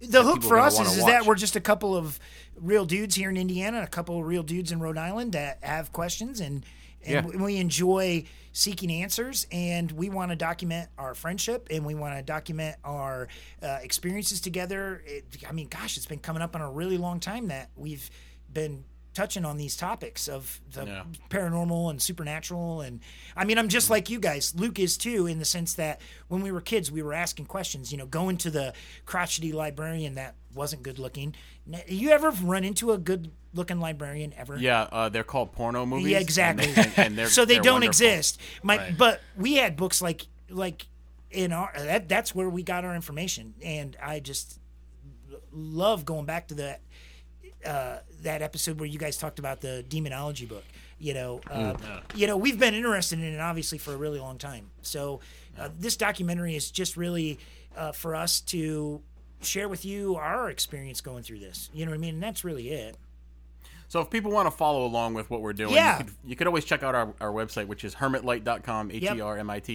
S3: the hook
S1: people
S3: for
S1: are gonna
S3: us
S1: wanna
S3: is, is
S1: watch.
S3: that we're just a couple of real dudes here in Indiana, and a couple of real dudes in Rhode Island that have questions, and and
S1: Yeah.
S3: we enjoy seeking answers, and we want to document our friendship, and we want to document our uh, experiences together. It, I mean, gosh, it's been coming up in a really long time that we've been touching on these topics of the
S2: Yeah.
S3: paranormal and supernatural and I mean I'm just like you guys Luke is too in the sense that when we were kids we were asking questions you know going to the crotchety librarian that wasn't good looking N- you ever run into a good looking librarian ever
S2: Yeah, uh, they're called porno movies.
S3: yeah exactly
S2: And, and- and they're,
S3: so they
S2: they're
S3: don't
S2: wonderful.
S3: exist my but we had books like like in our that, that's where we got our information and I just l- love going back to that uh, that episode where you guys talked about the demonology book. You know,
S2: Mm,
S3: uh, you know, we've been interested in it obviously for a really long time. So uh, this documentary is just really uh, for us to share with you our experience going through this. You know what I mean? And that's really it.
S2: So if people want to follow along with what we're doing,
S3: Yeah.
S2: you, could, you could always check out our, our website, which is hermitlight.com,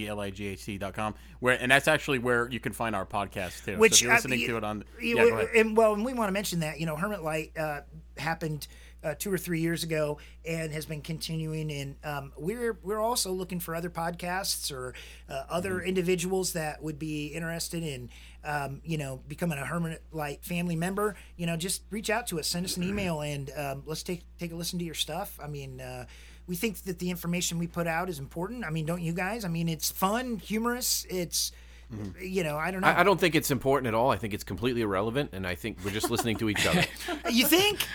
S2: H-E-R-M-I-T-L-I-G-H-T.com, where and that's actually where you can find our podcast too. so
S3: Which uh,
S2: if you're
S3: I-
S2: listening
S3: you-
S2: to it on,
S3: you-
S2: yeah, go ahead.
S3: and well, and we want to mention that you know, Hermit Light uh, happened uh, two or three years ago and has been continuing. And um, we're we're also looking for other podcasts or uh, other
S2: Mm-hmm.
S3: individuals that would be interested in um, you know becoming a Hermit Light family member. You know, just reach out to us, send us
S2: Mm-hmm.
S3: an email, and um, let's take take a listen to your stuff. I mean. Uh, we think that the information we put out is important. I mean, don't you guys? I mean, it's fun, humorous. It's,
S2: Mm-hmm.
S3: you know, I don't know.
S1: I, I don't think it's important at all. I think it's completely irrelevant, and I think we're just listening to each other.
S3: You think?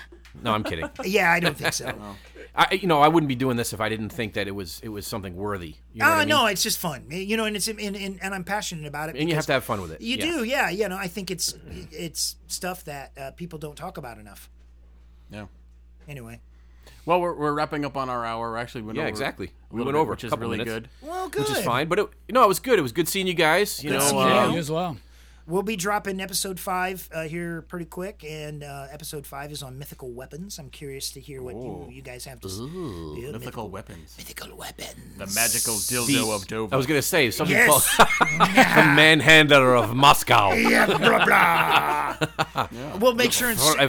S1: No, I'm kidding.
S3: Yeah, I
S1: [LAUGHS]
S3: don't think so.
S1: I, you know, I wouldn't be doing this if I didn't think that it was it was something worthy. You know
S3: Oh
S1: what I mean?
S3: no, it's just fun, you know, and it's and, and, and I'm passionate about it.
S1: and you have
S3: because
S1: to have fun with it.
S3: You
S1: Yeah.
S3: do, yeah. You know, I think it's it's stuff that uh, people don't talk about enough.
S2: yeah.
S3: Anyway,
S2: Well, we're, we're wrapping up on our hour. We're actually went
S1: Yeah,
S2: over
S1: exactly.
S2: a
S1: We
S2: little
S1: went
S2: bit,
S1: over a
S2: which is
S1: couple
S2: really
S1: minutes.
S2: good.
S3: well, good.
S1: which is fine. But it, no, it was good. It was good seeing you guys. You
S3: Good
S1: know,
S3: seeing
S1: uh,
S4: Yeah,
S3: you.
S4: you as well.
S3: We'll be dropping episode five uh, here pretty quick, and uh, episode five is on mythical weapons. I'm curious to hear what you, you guys have to say. Yeah,
S2: Mythical weapons.
S3: mythical weapons.
S1: [LAUGHS]
S2: The magical dildo
S1: these-
S2: of Dover.
S1: I was gonna say something
S3: Yes.
S1: called the Manhandler
S3: [LAUGHS]
S1: of Moscow.
S3: Yeah, blah, blah.
S1: [LAUGHS]
S3: We'll make sure and
S1: Or a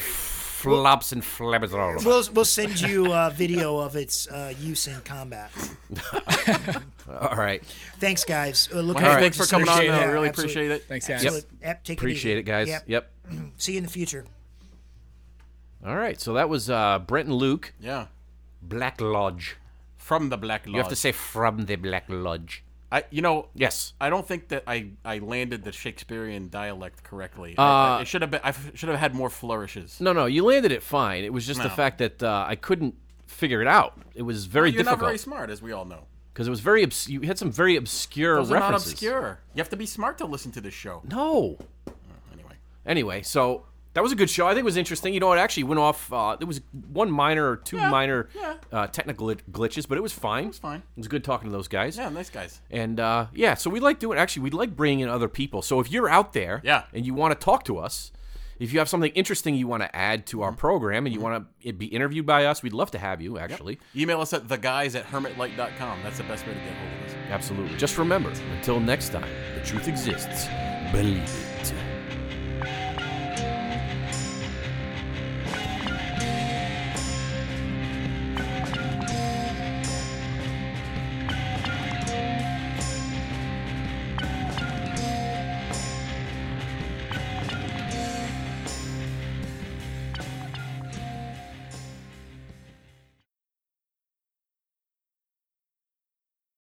S1: flops and flabbers all over.
S3: we'll we'll send you a video of its uh, use in combat.
S1: All right,
S3: Thanks, guys. Uh, look
S2: Hey,
S3: forward
S2: thanks
S3: to
S2: for coming on.
S3: seeing you.
S2: though.
S3: Yeah,
S2: really
S3: absolutely.
S2: appreciate it.
S4: Thanks, guys.
S3: Absolutely. Yep, take
S1: appreciate
S3: easy.
S1: it, guys.
S3: Yep.
S1: yep.
S3: See you in the future.
S1: All right, so that was uh, Brent and Luke,
S2: Yeah.
S1: Black Lodge.
S2: From the Black Lodge.
S1: You have to say from the Black Lodge.
S2: I, you know,
S1: Yes.
S2: I don't think that I, I landed the Shakespearean dialect correctly. I- I, it should have been. I f- should have had more flourishes.
S1: No, no, you landed it fine. It was just the
S2: No.
S1: fact that uh, I couldn't figure it out. It was very
S2: You're not very
S1: difficult
S2: smart, as we all know.
S1: because it was very obs- you had some very obscure
S2: Those are not
S1: references.
S2: obscure. You have to be smart to listen to this show.
S1: No.
S2: Anyway,
S1: Anyway, so that was a good show. I think it was interesting. You know, it actually went off. Uh, there was one minor or two minor
S2: yeah.
S1: uh, technical glit- glitches, but it was fine. It was
S2: fine.
S1: It was good talking to those guys.
S2: yeah, nice guys.
S1: And uh, yeah, so we like doing. Actually, we like bringing in other people. So if you're out there,
S2: Yeah.
S1: and you want to talk to us, if you have something interesting you want to add to our
S2: Mm-hmm.
S1: program, and you want to be interviewed by us, we'd love to have you. Actually,
S2: Email us at theguys at hermitlight.com. That's the best way to get hold of us.
S1: absolutely. Just remember, until next time, the truth exists. Believe it.